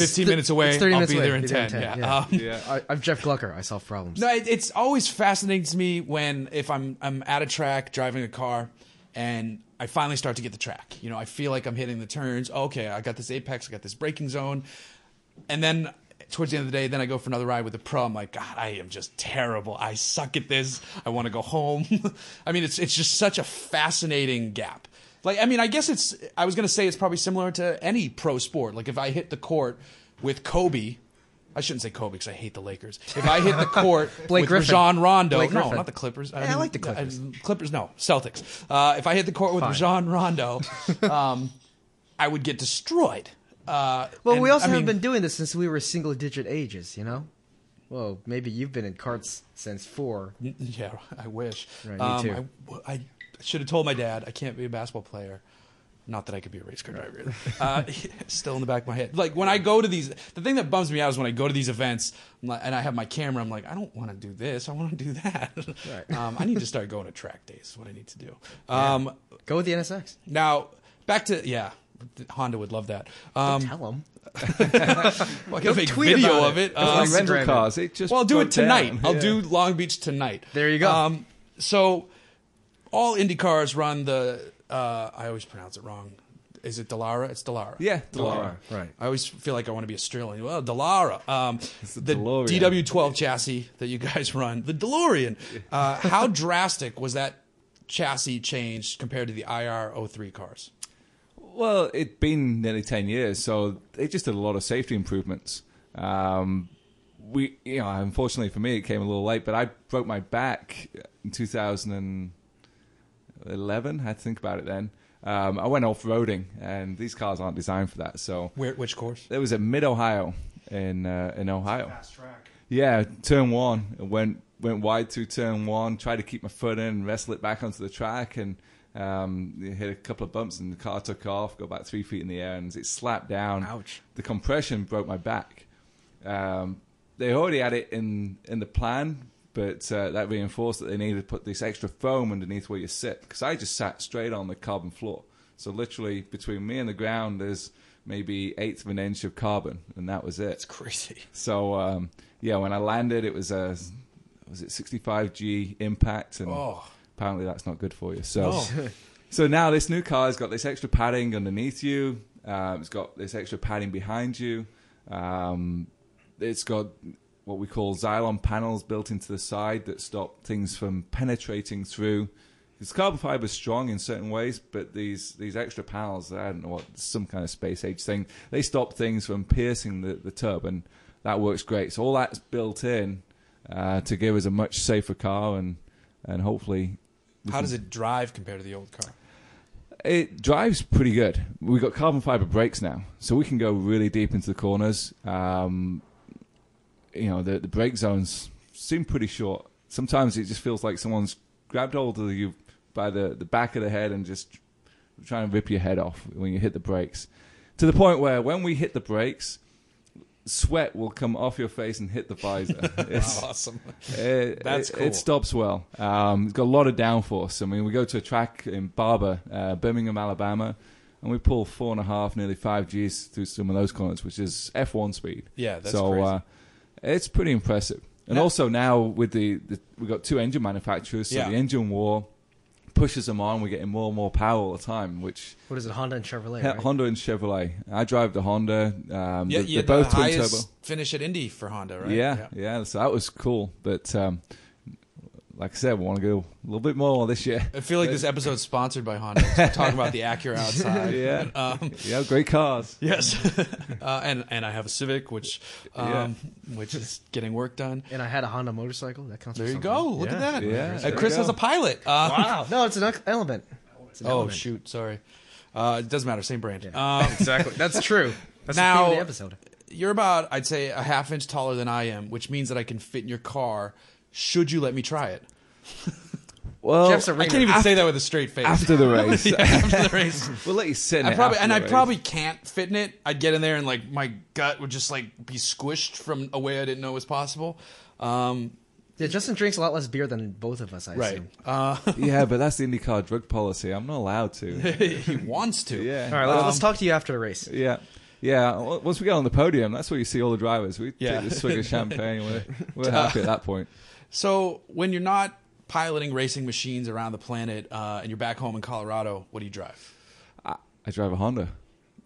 Speaker 3: It's
Speaker 2: 15
Speaker 3: th-
Speaker 2: minutes away.
Speaker 3: it's 30
Speaker 2: I'll
Speaker 3: minutes
Speaker 2: be
Speaker 3: away.
Speaker 2: there in
Speaker 3: Be
Speaker 2: 10. Yeah. Um,
Speaker 4: yeah.
Speaker 3: I, I'm Jeff Glucker. I solve problems.
Speaker 2: No, it, it's always fascinating to me when if I'm I'm at a track driving a car and I finally start to get the track. You know, I feel like I'm hitting the turns. Okay, I got this apex, I got this braking zone, and then towards the end of the day, then I go for another ride with a pro. I'm like, God, I am just terrible. I suck at this. I want to go home. I mean, it's it's just such a fascinating gap. Like, I mean, I guess it's. I was gonna say it's probably similar to any pro sport. Like, if I hit the court with Kobe I shouldn't say Kobe because I hate the Lakers. If I hit the court
Speaker 3: Blake
Speaker 2: with
Speaker 3: Griffin.
Speaker 2: Rajon Rondo,
Speaker 3: Blake
Speaker 2: no,
Speaker 3: Griffin.
Speaker 2: not the Clippers. I,
Speaker 3: Yeah, I like the Clippers.
Speaker 2: I- Clippers, no, Celtics. Uh, if I hit the court with Rajon Rondo, um, I would get destroyed. Uh,
Speaker 3: Well,
Speaker 2: and,
Speaker 3: we also
Speaker 2: I
Speaker 3: have
Speaker 2: mean,
Speaker 3: been doing this since we were single digit ages, you know? Well, maybe you've been in carts since four.
Speaker 2: Yeah, I wish. Um,
Speaker 3: Right, me too.
Speaker 2: I, I should have told my dad I can't be a basketball player. Not that I could be a race car driver. either. Uh, still in the back of my head. Like when I go to these, the thing that bums me out is when I go to these events I'm like- and I have my camera. I'm like, I don't want to do this. I want to do that.
Speaker 3: Right.
Speaker 2: Um, I need to start going to track days. Is what I need to do. Um,
Speaker 3: Go with the NSX.
Speaker 2: Now back to yeah, Honda would love that. Um,
Speaker 3: Tell them.
Speaker 2: well, I gotta make
Speaker 3: tweet
Speaker 2: video
Speaker 3: about
Speaker 2: of
Speaker 3: it.
Speaker 2: it. Um,
Speaker 3: Go
Speaker 4: Like
Speaker 3: Instagram
Speaker 4: rental
Speaker 3: it.
Speaker 4: cars. It just
Speaker 2: well, I'll do it
Speaker 4: broke down.
Speaker 2: tonight. I'll
Speaker 4: Yeah.
Speaker 2: do Long Beach tonight.
Speaker 3: There you go.
Speaker 2: Um, so, all IndyCars run the. Uh, I always pronounce it wrong. Is it Delara? It's Delara.
Speaker 4: Yeah, Dallara.
Speaker 3: Right.
Speaker 2: I always feel like I want to be Australian. Well, Delara. Um,
Speaker 4: a
Speaker 2: the
Speaker 4: DeLorean.
Speaker 2: DW12 chassis that you guys run, the DeLorean. Uh, how drastic was that chassis change compared to the IR03 cars?
Speaker 4: Well, it'd been nearly ten years, so they just did a lot of safety improvements. Um, we, you know, unfortunately for me, it came a little late, but I broke my back in 2011. I had to think about it then. Um, I went off roading, and these cars aren't designed for that. So
Speaker 2: Where, which course?
Speaker 4: there was a mid Ohio in uh, in Ohio. Yeah, turn one went went wide through turn one. Tried to keep my foot in, wrestle it back onto the track, and um, it hit a couple of bumps, and the car took off. Got about three feet in the air, and as it slapped down.
Speaker 3: Ouch.
Speaker 4: The compression broke my back. Um, they already had it in in the plan, but uh, that reinforced that they needed to put this extra foam underneath where you sit because I just sat straight on the carbon floor. So literally between me and the ground, there's maybe eighth of an inch of carbon, and that was it.
Speaker 2: It's crazy.
Speaker 4: So um, yeah, when I landed, it was a was it 65g impact, and
Speaker 2: Oh.
Speaker 4: apparently that's not good for you. So
Speaker 2: No.
Speaker 4: so now this new car's got this extra padding underneath you. Um, it's got this extra padding behind you. Um, it's got what we call xylon panels built into the side that stop things from penetrating through. Because carbon fiber is strong in certain ways, but these, these extra panels, I don't know what, some kind of space age thing, they stop things from piercing the, the tub, and that works great. So all that's built in uh, to give us a much safer car, and, and hopefully
Speaker 2: How does it drive compared to the old car?
Speaker 4: it drives pretty good. We've got carbon fiber brakes now, so we can go really deep into the corners. Um, you know, the, the brake zones seem pretty short. Sometimes it just feels like someone's grabbed hold of you by the, the back of the head and just trying to rip your head off when you hit the brakes. To the point where when we hit the brakes, sweat will come off your face and hit the visor. It's-
Speaker 2: Awesome.
Speaker 4: it,
Speaker 2: That's
Speaker 4: it,
Speaker 2: cool.
Speaker 4: it stops well. Um, it's got a lot of downforce. I mean, we go to a track in Barber, uh, Birmingham, Alabama, and we pull four and a half, nearly five Gs through some of those corners, which is F1 speed.
Speaker 2: Yeah, that's
Speaker 4: so,
Speaker 2: crazy.
Speaker 4: Uh, it's pretty impressive. And
Speaker 2: Now-
Speaker 4: also now with the, the we've got two engine manufacturers, so
Speaker 2: Yeah.
Speaker 4: the engine war pushes them on. We're getting more and more power all the time, which
Speaker 3: What is it, Honda and Chevrolet?
Speaker 4: H-
Speaker 3: Right?
Speaker 4: Honda and Chevrolet. I drive the Honda. Um,
Speaker 2: Yeah,
Speaker 4: they're,
Speaker 2: you
Speaker 4: they're both
Speaker 2: the
Speaker 4: twin
Speaker 2: highest
Speaker 4: turbo.
Speaker 2: finish at Indy for Honda, right?
Speaker 4: Yeah, yeah, So that was cool. But um, like I said, we want to go a little bit more this year.
Speaker 2: I feel like this episode's sponsored by Honda. 'cause We're talking about the Acura outside.
Speaker 4: Yeah,
Speaker 2: Um,
Speaker 4: yeah, great cars.
Speaker 2: yes. uh, and and I have a Civic, which um, which is getting work done.
Speaker 3: And I had a Honda motorcycle. That counts.
Speaker 2: There
Speaker 3: for
Speaker 2: you
Speaker 3: something.
Speaker 2: go. Look at that.
Speaker 4: Yeah,
Speaker 2: And
Speaker 4: there you
Speaker 2: Chris
Speaker 4: go.
Speaker 2: has a Pilot. Um,
Speaker 5: Wow.
Speaker 3: No, it's an ec- element. It's an
Speaker 2: Oh
Speaker 3: element.
Speaker 2: shoot, sorry. Uh, it doesn't matter. Same brand. Um,
Speaker 5: Exactly. That's true. That's
Speaker 2: Now-
Speaker 5: the
Speaker 3: Name
Speaker 2: Oh.
Speaker 3: of the episode.
Speaker 2: you're about, I'd say, a half inch taller than I am, which means that I can fit in your car. Should you let me try it?
Speaker 4: Well,
Speaker 3: Jeff's a
Speaker 2: I can't
Speaker 3: ringer.
Speaker 2: even say that with a straight face.
Speaker 4: after the race,
Speaker 2: Yeah, after the race.
Speaker 4: we'll let you sit. in
Speaker 2: I
Speaker 4: it
Speaker 2: probably
Speaker 4: after
Speaker 2: and
Speaker 4: the
Speaker 2: I
Speaker 4: race.
Speaker 2: probably can't fit in it. I'd get in there and like my gut would just like be squished from a way I didn't know was possible. Um,
Speaker 3: Yeah, Justin drinks a lot less beer than both of us. I
Speaker 2: right,
Speaker 3: assume.
Speaker 2: uh,
Speaker 4: yeah, but that's the IndyCar drug policy. I'm not allowed to.
Speaker 2: he wants to.
Speaker 4: Yeah,
Speaker 3: All right,
Speaker 2: um,
Speaker 3: let's, let's talk to you after the race.
Speaker 4: yeah. Yeah, o- once we get on the podium, that's where you see all the drivers. We
Speaker 2: Yeah.
Speaker 4: take the swig of champagne. We're, we're happy at that point.
Speaker 2: So when you're not piloting racing machines around the planet uh, and you're back home in Colorado, what do you drive?
Speaker 4: I, I drive a Honda.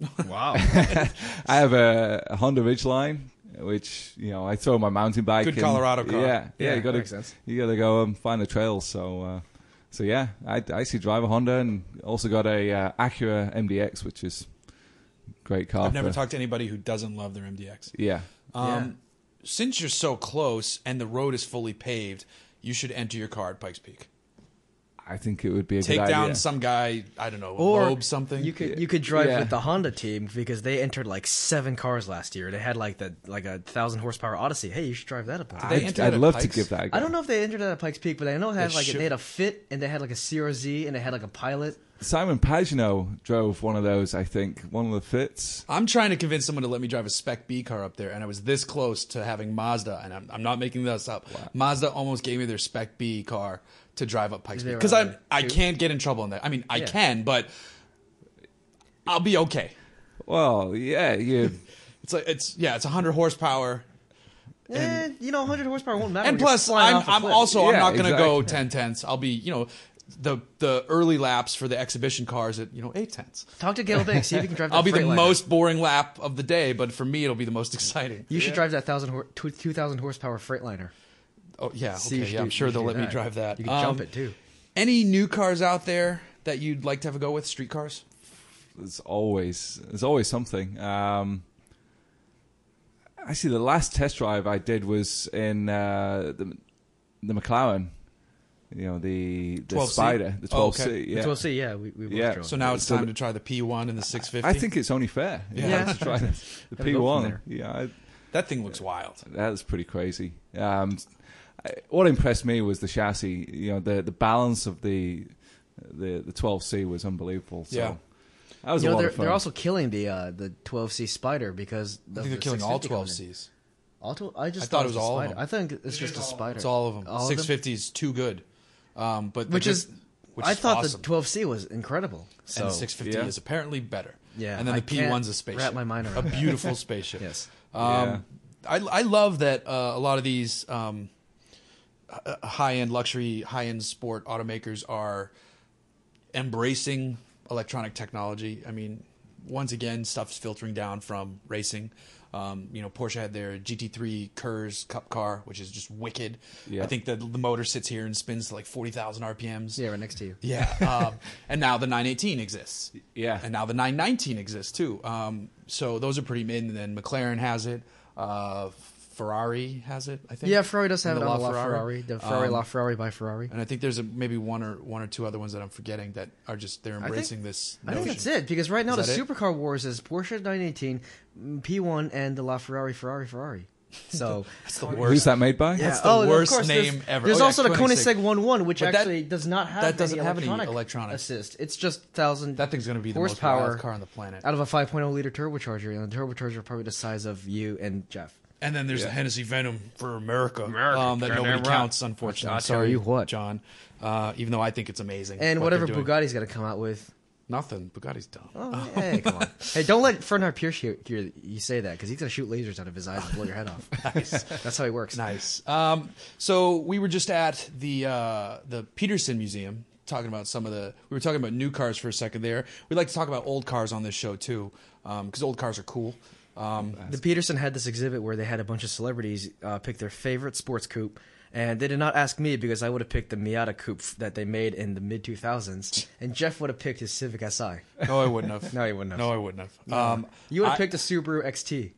Speaker 5: name. Wow.
Speaker 4: I have a, a Honda Ridgeline, which you know I throw my mountain bike.
Speaker 2: Good
Speaker 4: in.
Speaker 2: Colorado car.
Speaker 4: Yeah, yeah.
Speaker 5: Yeah,
Speaker 4: you got
Speaker 5: makes
Speaker 4: to
Speaker 5: sense.
Speaker 4: you got to go and find the trails. So, uh, so yeah, I, I actually drive a Honda and also got a uh, Acura MDX, which is a great car.
Speaker 2: I've never
Speaker 4: for-
Speaker 2: talked to anybody who doesn't love their MDX.
Speaker 4: Yeah,
Speaker 2: Um, since you're so close and the road is fully paved, you should enter your car at Pikes Peak.
Speaker 4: I think it would be a
Speaker 2: Take
Speaker 4: good
Speaker 2: down
Speaker 4: idea.
Speaker 2: some guy, I don't know,
Speaker 3: or
Speaker 2: lobe something.
Speaker 3: You could you could drive
Speaker 4: Yeah.
Speaker 3: with the Honda team because they entered like seven cars last year. They had like the like a thousand horsepower Odyssey. Hey, you should drive that up. there.
Speaker 2: they
Speaker 4: I'd,
Speaker 2: enter
Speaker 4: I'd
Speaker 2: that at
Speaker 4: love to
Speaker 2: Pikes?
Speaker 4: give that. A go.
Speaker 3: I don't know if they entered that at Pikes Peak, but I know it had
Speaker 2: They
Speaker 3: like
Speaker 2: should.
Speaker 3: they had a Fit and they had like a CRZ and they had like a Pilot.
Speaker 4: Simon Pagino drove one of those. I think one of the fits.
Speaker 2: I'm trying to convince someone to let me drive a Spec B car up there, and I was this close to having Mazda, and I'm, I'm not making this up. Mazda almost gave me their Spec B car to drive up Pikes
Speaker 3: there
Speaker 2: Peak because
Speaker 3: a
Speaker 2: I I
Speaker 3: two?
Speaker 2: can't get in trouble in that. I mean, I
Speaker 3: Yeah.
Speaker 2: can, but I'll be okay.
Speaker 4: Well, yeah, you.
Speaker 2: It's like it's yeah, it's 100 horsepower,
Speaker 3: Eh, you know, 100 horsepower won't matter.
Speaker 2: and
Speaker 3: when you're
Speaker 2: plus
Speaker 3: flying
Speaker 2: I'm
Speaker 3: off a
Speaker 2: I'm
Speaker 3: cliff.
Speaker 2: also I'm
Speaker 4: Yeah,
Speaker 2: not gonna go
Speaker 4: exactly.
Speaker 2: ten tenths. I'll be you know the the early laps for the exhibition cars at you know eight tenths.
Speaker 3: talk to Gail Banks. See if you can drive. That
Speaker 2: I'll be the
Speaker 3: Freightliner.
Speaker 2: most boring lap of the day, but for me it'll be the most exciting.
Speaker 3: You should drive that thousand hor- two- 2,000 horsepower Freightliner.
Speaker 2: Oh yeah,
Speaker 3: See,
Speaker 2: okay,
Speaker 3: you should
Speaker 2: yeah.
Speaker 3: do-
Speaker 2: I'm sure
Speaker 3: you should
Speaker 2: they'll
Speaker 3: do
Speaker 2: let me drive that.
Speaker 3: You can jump
Speaker 2: Um,
Speaker 3: it too.
Speaker 2: Any new cars out there that you'd like to have a go with? Street cars?
Speaker 4: There's always there's always something. Um, actually, the last test drive I did was in uh, the the McLaren. You know the the
Speaker 2: 12C?
Speaker 4: Spider, the
Speaker 2: Oh,
Speaker 4: twelve
Speaker 2: okay.
Speaker 4: C.
Speaker 3: Which we'll see. Yeah, we, we both
Speaker 4: Yeah.
Speaker 3: drove.
Speaker 2: So now it's
Speaker 4: So
Speaker 2: time
Speaker 4: the-
Speaker 2: to try the P1 and the 650.
Speaker 4: I think it's only fair. you
Speaker 2: Yeah.
Speaker 4: know, to try the, the
Speaker 3: Gotta go from
Speaker 4: P1.
Speaker 3: there.
Speaker 4: Yeah, I,
Speaker 2: that thing looks wild.
Speaker 4: that was pretty crazy. Um, I, what impressed me was the chassis. You know, the the balance of the the the 12C was unbelievable. So
Speaker 2: Yeah.
Speaker 4: that was
Speaker 3: you
Speaker 4: a
Speaker 3: know,
Speaker 4: lot
Speaker 3: they're,
Speaker 4: of fun.
Speaker 3: they're also killing the uh, the 12C Spider because of
Speaker 2: I think
Speaker 3: the
Speaker 2: they're killing all
Speaker 3: 650 coming in.
Speaker 2: 12Cs.
Speaker 3: All 12 I just
Speaker 2: I thought it was
Speaker 3: a
Speaker 2: all of
Speaker 3: spider.
Speaker 2: them.
Speaker 3: I think it's just a spider.
Speaker 2: It's all of them.
Speaker 3: All
Speaker 2: 650 is too good. Um, but the
Speaker 3: Which
Speaker 2: good-
Speaker 3: is,
Speaker 2: which
Speaker 3: I
Speaker 2: is
Speaker 3: thought
Speaker 2: awesome.
Speaker 3: the 12C was incredible. So
Speaker 2: and the 650
Speaker 4: Yeah.
Speaker 2: is apparently better.
Speaker 3: Yeah,
Speaker 2: and then
Speaker 3: I
Speaker 2: the P1's a
Speaker 3: can't
Speaker 2: spaceship.
Speaker 3: wrap my mind around
Speaker 2: a
Speaker 3: that.
Speaker 2: beautiful spaceship.
Speaker 3: Yes.
Speaker 2: Um, I I love that uh, a lot of these um, high end luxury, high end sport automakers are embracing electronic technology. I mean, once again, stuff's filtering down from racing. Um, you know, Porsche had their GT3 Curs Cup car, which is just wicked.
Speaker 4: Yeah.
Speaker 2: I think the the motor sits here and spins to like forty thousand RPMs.
Speaker 3: yeah, right next to you.
Speaker 2: Yeah. Um, and now the 918 exists.
Speaker 4: Yeah.
Speaker 2: And now the 919 exists too. Um, so those are pretty mid. And then McLaren has it. Uh, Ferrari has it, I think.
Speaker 3: Yeah, Ferrari does have
Speaker 2: And
Speaker 3: it
Speaker 2: the
Speaker 3: on La Ferrari. The Ferrari
Speaker 2: Um,
Speaker 3: La Ferrari by Ferrari.
Speaker 2: And I think there's a, maybe one or one or two other ones that I'm forgetting that are just they're embracing this.
Speaker 3: I think
Speaker 2: notion.
Speaker 3: that's it because right now the
Speaker 2: Is that it?
Speaker 3: supercar wars is Porsche 918, mm, P1, and the LaFerrari Ferrari Ferrari. So
Speaker 2: That's the worst.
Speaker 4: Who's that made by?
Speaker 3: yeah.
Speaker 2: That's the
Speaker 3: oh, and of
Speaker 2: worst
Speaker 3: course, there's-
Speaker 2: name ever. Oh,
Speaker 3: There's
Speaker 2: yeah,
Speaker 3: also the
Speaker 2: Koenigsegg.
Speaker 3: Koenigsegg 1-1, which
Speaker 2: But that-
Speaker 3: actually does not have
Speaker 2: that doesn't
Speaker 3: any
Speaker 2: have any
Speaker 3: electronic
Speaker 2: electronic.
Speaker 3: assist. It's just thousand.
Speaker 2: That thing's gonna be the most
Speaker 3: horsepower
Speaker 2: wild car on the planet.
Speaker 3: out of a 5.0 liter turbocharger, and the turbocharger probably the size of you and Jeff.
Speaker 2: And then there's the Hennessy Venom for America,
Speaker 5: America,
Speaker 2: um, that
Speaker 5: goddamn
Speaker 2: nobody
Speaker 5: right.
Speaker 2: counts, unfortunately.
Speaker 3: I'll tell
Speaker 2: Sorry,
Speaker 3: you what.
Speaker 2: John. Uh, even though I think it's amazing.
Speaker 3: And
Speaker 2: what
Speaker 3: whatever
Speaker 2: they're doing.
Speaker 3: Bugatti's got to come out with.
Speaker 2: Nothing. Bugatti's dumb.
Speaker 3: Oh, hey, come on. Hey, don't let Fernard Pierce hear, hear you say that because he's gonna shoot lasers out of his eyes and blow your head off. That's how he works.
Speaker 2: Nice. Um, so we were just at the uh, the Peterson Museum talking about some of the. We were talking about new cars for a second there. We like to talk about old cars on this show too, because old cars are cool. Um,
Speaker 3: The Peterson had this exhibit where they had a bunch of celebrities uh, pick their favorite sports coupe, and they did not ask me because I would have picked the Miata coupe f- that they made in the mid 2000s, and Jeff would have picked his Civic Si.
Speaker 2: no, I wouldn't have.
Speaker 3: No, you wouldn't have.
Speaker 2: No, I wouldn't have. Um,
Speaker 3: You would
Speaker 2: I-
Speaker 3: have picked a Subaru XT.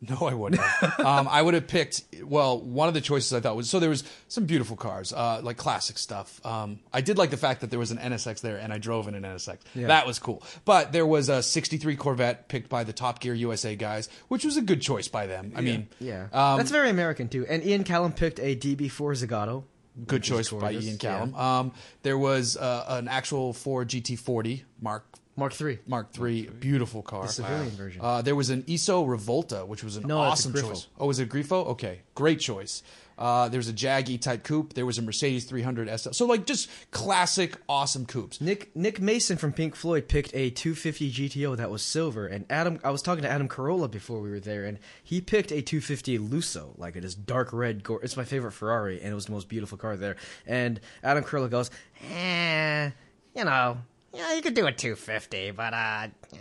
Speaker 2: No, I wouldn't. have. um, I would have picked. Well, one of the choices I thought was so there was some beautiful cars, uh, like classic stuff. Um, I did like the fact that there was an NSX there, and I drove in an NSX. That was cool. But there was a '63 Corvette picked by the Top Gear USA guys, which was a good choice by them. I mean,
Speaker 3: Yeah,
Speaker 2: um,
Speaker 3: that's very American too. And Ian Callum picked a DB4 Zagato.
Speaker 2: good choice by
Speaker 3: gorgeous,
Speaker 2: Ian
Speaker 3: yeah.
Speaker 2: Callum. Um, there was uh, an actual Ford GT40 Mark
Speaker 3: Mark three.
Speaker 2: Mark III, beautiful car. The
Speaker 3: civilian version.
Speaker 2: Uh, there was an ISO Revolta, which was an
Speaker 3: No, that's a
Speaker 2: awesome
Speaker 3: Grifo.
Speaker 2: choice. Oh, was it a Grifo? Okay, great choice. Uh, there was a Jag E-Type coupe. There was a Mercedes 300 SL. So like just classic awesome coupes.
Speaker 3: Nick Nick Mason from Pink Floyd picked a 250 GTO that was silver, and Adam I was talking to Adam Carolla before we were there, and he picked a 250 Lusso, like it is dark red. Gore. It's my favorite Ferrari, and it was the most beautiful car there. And Adam Carolla goes, eh, you know, yeah, you could do a 250, but uh, eh,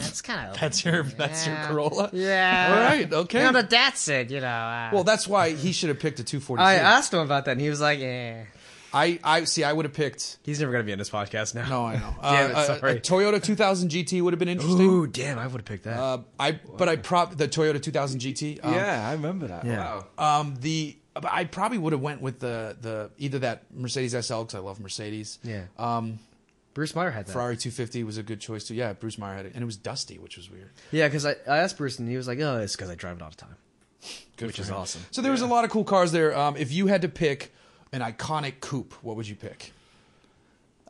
Speaker 3: it's kind of
Speaker 2: That's your that's your Corolla.
Speaker 3: yeah.
Speaker 2: All right. Okay.
Speaker 3: You know, that's it. You know, uh,
Speaker 2: well, that's why he should have picked a 243.
Speaker 3: I asked him about that, and he was like, eh.
Speaker 2: I, I see. I would have picked.
Speaker 3: He's never gonna be on this podcast now.
Speaker 2: No, I know.
Speaker 3: damn
Speaker 2: Uh,
Speaker 3: it,
Speaker 2: a- a
Speaker 3: sorry.
Speaker 2: Toyota 2000 GT would have been interesting.
Speaker 3: Ooh, damn, I would have picked that.
Speaker 2: Uh, I but I prop the Toyota 2000 GT. Um,
Speaker 4: yeah, I remember that.
Speaker 3: Yeah.
Speaker 4: Wow.
Speaker 2: Um, the but I probably would have went with the the either that Mercedes SL because I love Mercedes.
Speaker 3: Yeah.
Speaker 2: Um,
Speaker 3: Bruce Meyer had that.
Speaker 2: Ferrari 250 was a good choice too. Yeah, Bruce Meyer had it, and it was dusty, which was weird.
Speaker 3: Yeah, because I, I asked Bruce and he was like, "Oh, it's because I drive it all the time."
Speaker 2: Good
Speaker 3: Which
Speaker 2: for
Speaker 3: is
Speaker 2: him.
Speaker 3: awesome.
Speaker 2: So there was a lot of cool cars there. Um, if you had to pick an iconic coupe, what would you pick?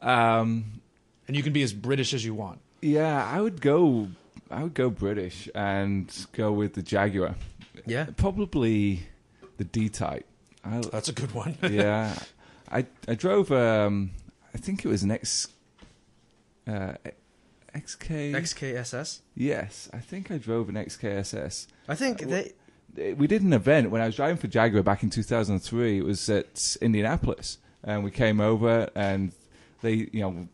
Speaker 4: Um,
Speaker 2: And you can be as British as you want.
Speaker 4: yeah, I would go. I would go British and go with the Jaguar. Uh,
Speaker 3: Yeah.
Speaker 4: Probably the D type. I, uh,
Speaker 2: That's a good one.
Speaker 4: yeah, I I drove. Um, I think it was an X. Uh, XK.
Speaker 3: XKSS.
Speaker 4: yes, I think I drove an XKSS.
Speaker 3: I
Speaker 2: Uh,
Speaker 3: think they.
Speaker 4: we did an event when I was driving for Jaguar back in 2003. It was at Indianapolis, and we came over and they, you know,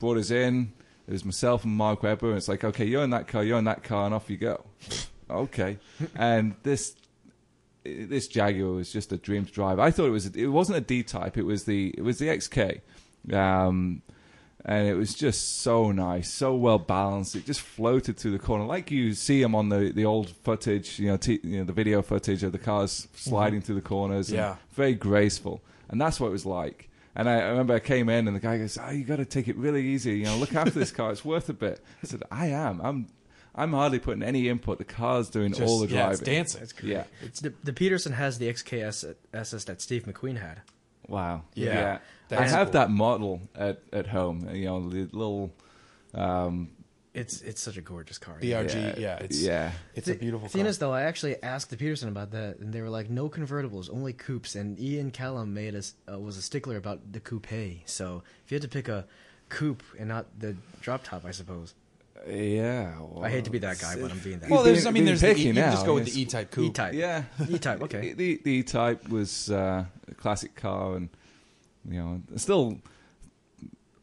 Speaker 4: brought us in. It was myself and Mark Webber, and it's like, okay, you're in that car, you're in that car, and off you go. okay, and this this Jaguar was just a dream to drive. I thought it was it wasn't a D type, it was the it was the XK. Um and it was just so nice, so well balanced. It just floated through the corner, like you see them on the, the old footage, you know, t- you know, the video footage of the cars sliding through the corners. and
Speaker 2: Mm-hmm. Yeah.
Speaker 4: very graceful, and that's what it was like. And I, I remember I came in, and the guy goes, "Oh, you got to take it really easy. You know, look after this car; it's worth a bit." I said, "I am. I'm. I'm hardly putting any input. The car's doing all the
Speaker 2: yeah,
Speaker 4: driving.
Speaker 2: it's dancing. It's
Speaker 4: Yeah.
Speaker 3: It's the, the Peterson has the XKSS that Steve McQueen had.
Speaker 4: Wow.
Speaker 2: Yeah.
Speaker 4: I
Speaker 2: That's
Speaker 4: have
Speaker 2: cool.
Speaker 4: that model at, at home. You know, the little. Um,
Speaker 3: It's it's such a gorgeous car.
Speaker 2: BRG. Yeah,
Speaker 4: Yeah,
Speaker 2: it's
Speaker 4: yeah.
Speaker 2: it's
Speaker 3: The
Speaker 2: a beautiful
Speaker 3: thing
Speaker 2: car.
Speaker 3: is, though, I actually asked the Peterson about that, and they were like, "No convertibles, only coupes." And Ian Callum made us uh, was a stickler about the coupe. So if you had to pick a coupe and not the drop top, I suppose.
Speaker 4: yeah.
Speaker 3: I hate to be that guy, but I'm being that.
Speaker 2: well,
Speaker 3: guy.
Speaker 2: there's
Speaker 4: being-
Speaker 2: I mean
Speaker 4: being
Speaker 2: there's the e,
Speaker 4: picky
Speaker 2: you can
Speaker 4: now,
Speaker 2: just go with
Speaker 4: yes.
Speaker 2: the E type coupe.
Speaker 3: E type.
Speaker 4: Yeah.
Speaker 3: E type. Okay.
Speaker 4: The, the E-Type was uh, a classic car, and you know, still,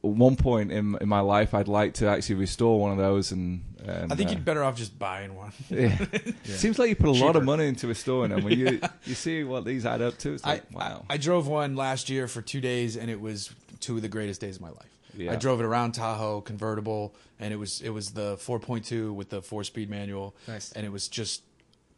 Speaker 4: at one point in in my life, I'd like to actually restore one of those. And, and
Speaker 2: I think
Speaker 4: uh,
Speaker 2: you'd better off just buying one.
Speaker 4: yeah. Seems like you put a lot
Speaker 3: Cheaper.
Speaker 4: of money into restoring them. When you you see what these add up to, it's like wow.
Speaker 2: I drove one last year for two days, and it was two of the greatest days of my life.
Speaker 4: Yeah.
Speaker 2: I drove it around Tahoe convertible, and it was it was the 4.2 with the four speed manual.
Speaker 3: Nice.
Speaker 2: And it was just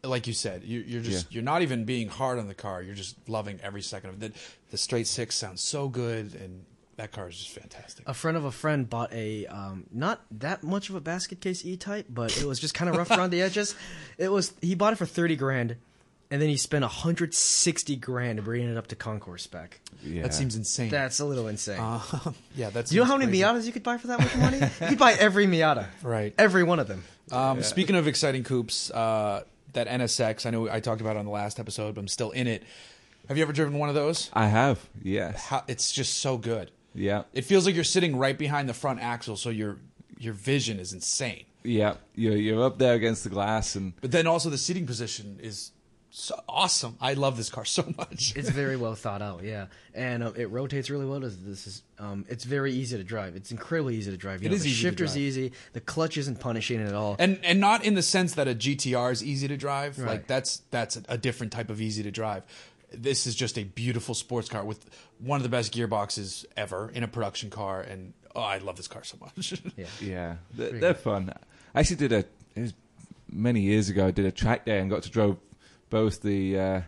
Speaker 2: like you said, you, you're just
Speaker 4: Yeah.
Speaker 2: you're not even being hard on the car. You're just loving every second of it. The, the straight six sounds so good, and that car is just fantastic.
Speaker 3: a friend of a friend bought a um, not that much of a basket case E type, but it was just kind of rough around the edges. It was he bought it for thirty grand, and then he spent hundred sixty grand bringing it up to concourse spec.
Speaker 4: yeah.
Speaker 2: That seems insane.
Speaker 3: That's a little insane.
Speaker 2: yeah, Ah, that's
Speaker 3: Do you know how many Miatas you could buy for that much money? you could buy every Miata,
Speaker 2: Right.
Speaker 3: Every one of them.
Speaker 2: Um, Speaking of exciting coupes, uh, that NSX I know I talked about it on the last episode, but I'm still in it. Have you ever driven one of those?
Speaker 4: I have yes,
Speaker 2: how, it's just so good.
Speaker 4: yeah.
Speaker 2: It feels like you're sitting right behind the front axle, so your your vision is insane.
Speaker 4: Yeah, you're you're up there against the glass, and
Speaker 2: But then also the seating position is so awesome. I love this car so much.
Speaker 3: It's very well thought out, yeah, and um, it rotates really well. Does This is um, it's very easy to drive. It's incredibly easy to drive. You
Speaker 2: It
Speaker 3: know,
Speaker 2: is
Speaker 3: the
Speaker 2: easy to
Speaker 3: shifter's
Speaker 2: drive.
Speaker 3: easy. The clutch isn't punishing at all.
Speaker 2: And and not in the sense that a GTR is easy to drive. Like
Speaker 3: Right.
Speaker 2: that's that's a different type of easy to drive. This is just a beautiful sports car with one of the best gearboxes ever in a production car, and oh, I love this car so much.
Speaker 3: yeah.
Speaker 4: yeah, they're, they're fun. I actually did a it was many years ago. I did a track day and got to drove both the uh,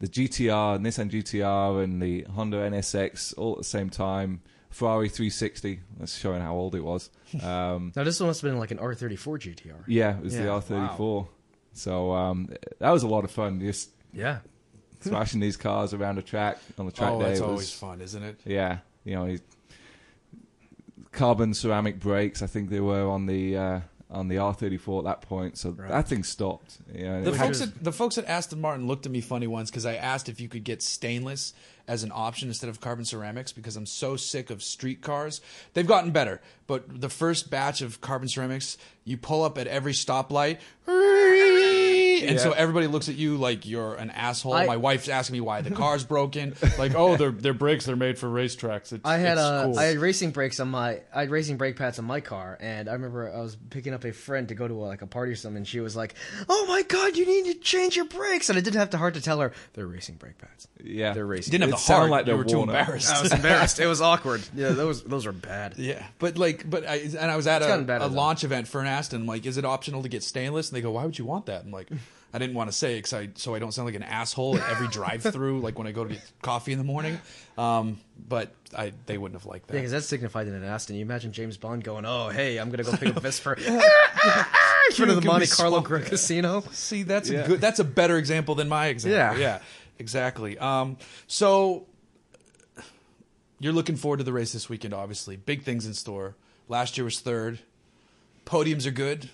Speaker 4: the GTR, Nissan GTR, and the Honda NSX all at the same time. Ferrari 360. That's showing how old it was. Um,
Speaker 3: Now this one must have been like an R34 GTR.
Speaker 4: yeah, it was the
Speaker 3: Yeah,
Speaker 4: R34. So um, that was a lot of fun. Just
Speaker 3: Yeah.
Speaker 4: smashing these cars around a track on the track
Speaker 2: oh,
Speaker 4: day.
Speaker 2: that's
Speaker 4: It was-
Speaker 2: always fun, isn't it?
Speaker 4: yeah, you know, he's, carbon ceramic brakes. I think they were on the uh, on the R34 at that point, so that thing stopped. You know, and
Speaker 2: The
Speaker 4: it had-
Speaker 2: folks, at, the folks at Aston Martin looked at me funny once because I asked if you could get stainless as an option instead of carbon ceramics because I'm so sick of street cars. They've gotten better, but the first batch of carbon ceramics, you pull up at every stoplight. really? And so
Speaker 4: Yeah.
Speaker 2: everybody looks at you like you're an asshole.
Speaker 3: I-
Speaker 2: My wife's asking me why the car's broken. Like, oh, they're they're brakes. They're made for racetracks. It's,
Speaker 3: I had
Speaker 2: it's
Speaker 3: uh,
Speaker 2: cool.
Speaker 3: I had racing brakes on my I had racing brake pads on my car, and I remember I was picking up a friend to go to a, like a party or something. And she was like, "Oh my god, you need to change your brakes!" And I didn't have the heart to tell her they're racing brake pads.
Speaker 4: Yeah.
Speaker 3: they're racing.
Speaker 2: didn't have
Speaker 4: It
Speaker 2: the
Speaker 4: sound
Speaker 2: heart.
Speaker 4: like
Speaker 2: you
Speaker 4: they're
Speaker 2: were too
Speaker 4: worn out.
Speaker 2: embarrassed.
Speaker 3: I was embarrassed. it was awkward. Yeah, those those are bad.
Speaker 2: Yeah, but like, but I and I was at
Speaker 3: gotten better,
Speaker 2: a, a
Speaker 3: though.
Speaker 2: launch event for an Aston. I'm like, is it optional to get stainless? And they go, why would you want that? I'm like, I didn't want to say because I so I don't sound like an asshole at every drive-through, like when I go to get coffee in the morning. Um, but I they wouldn't have liked that.
Speaker 3: Yeah, because that's signified in an Aston. You imagine James Bond going, "Oh, hey, I'm gonna go pick up Vesper in front of
Speaker 2: Give
Speaker 3: the
Speaker 2: me
Speaker 3: Monte
Speaker 2: smoke.
Speaker 3: Carlo Gr- Casino."
Speaker 2: See, that's
Speaker 4: Yeah.
Speaker 2: a good. That's a better example than my example.
Speaker 3: Yeah.
Speaker 2: yeah, exactly. Um, so you're looking forward to the race this weekend. Obviously, big things in store. Last year was third. Podiums are good.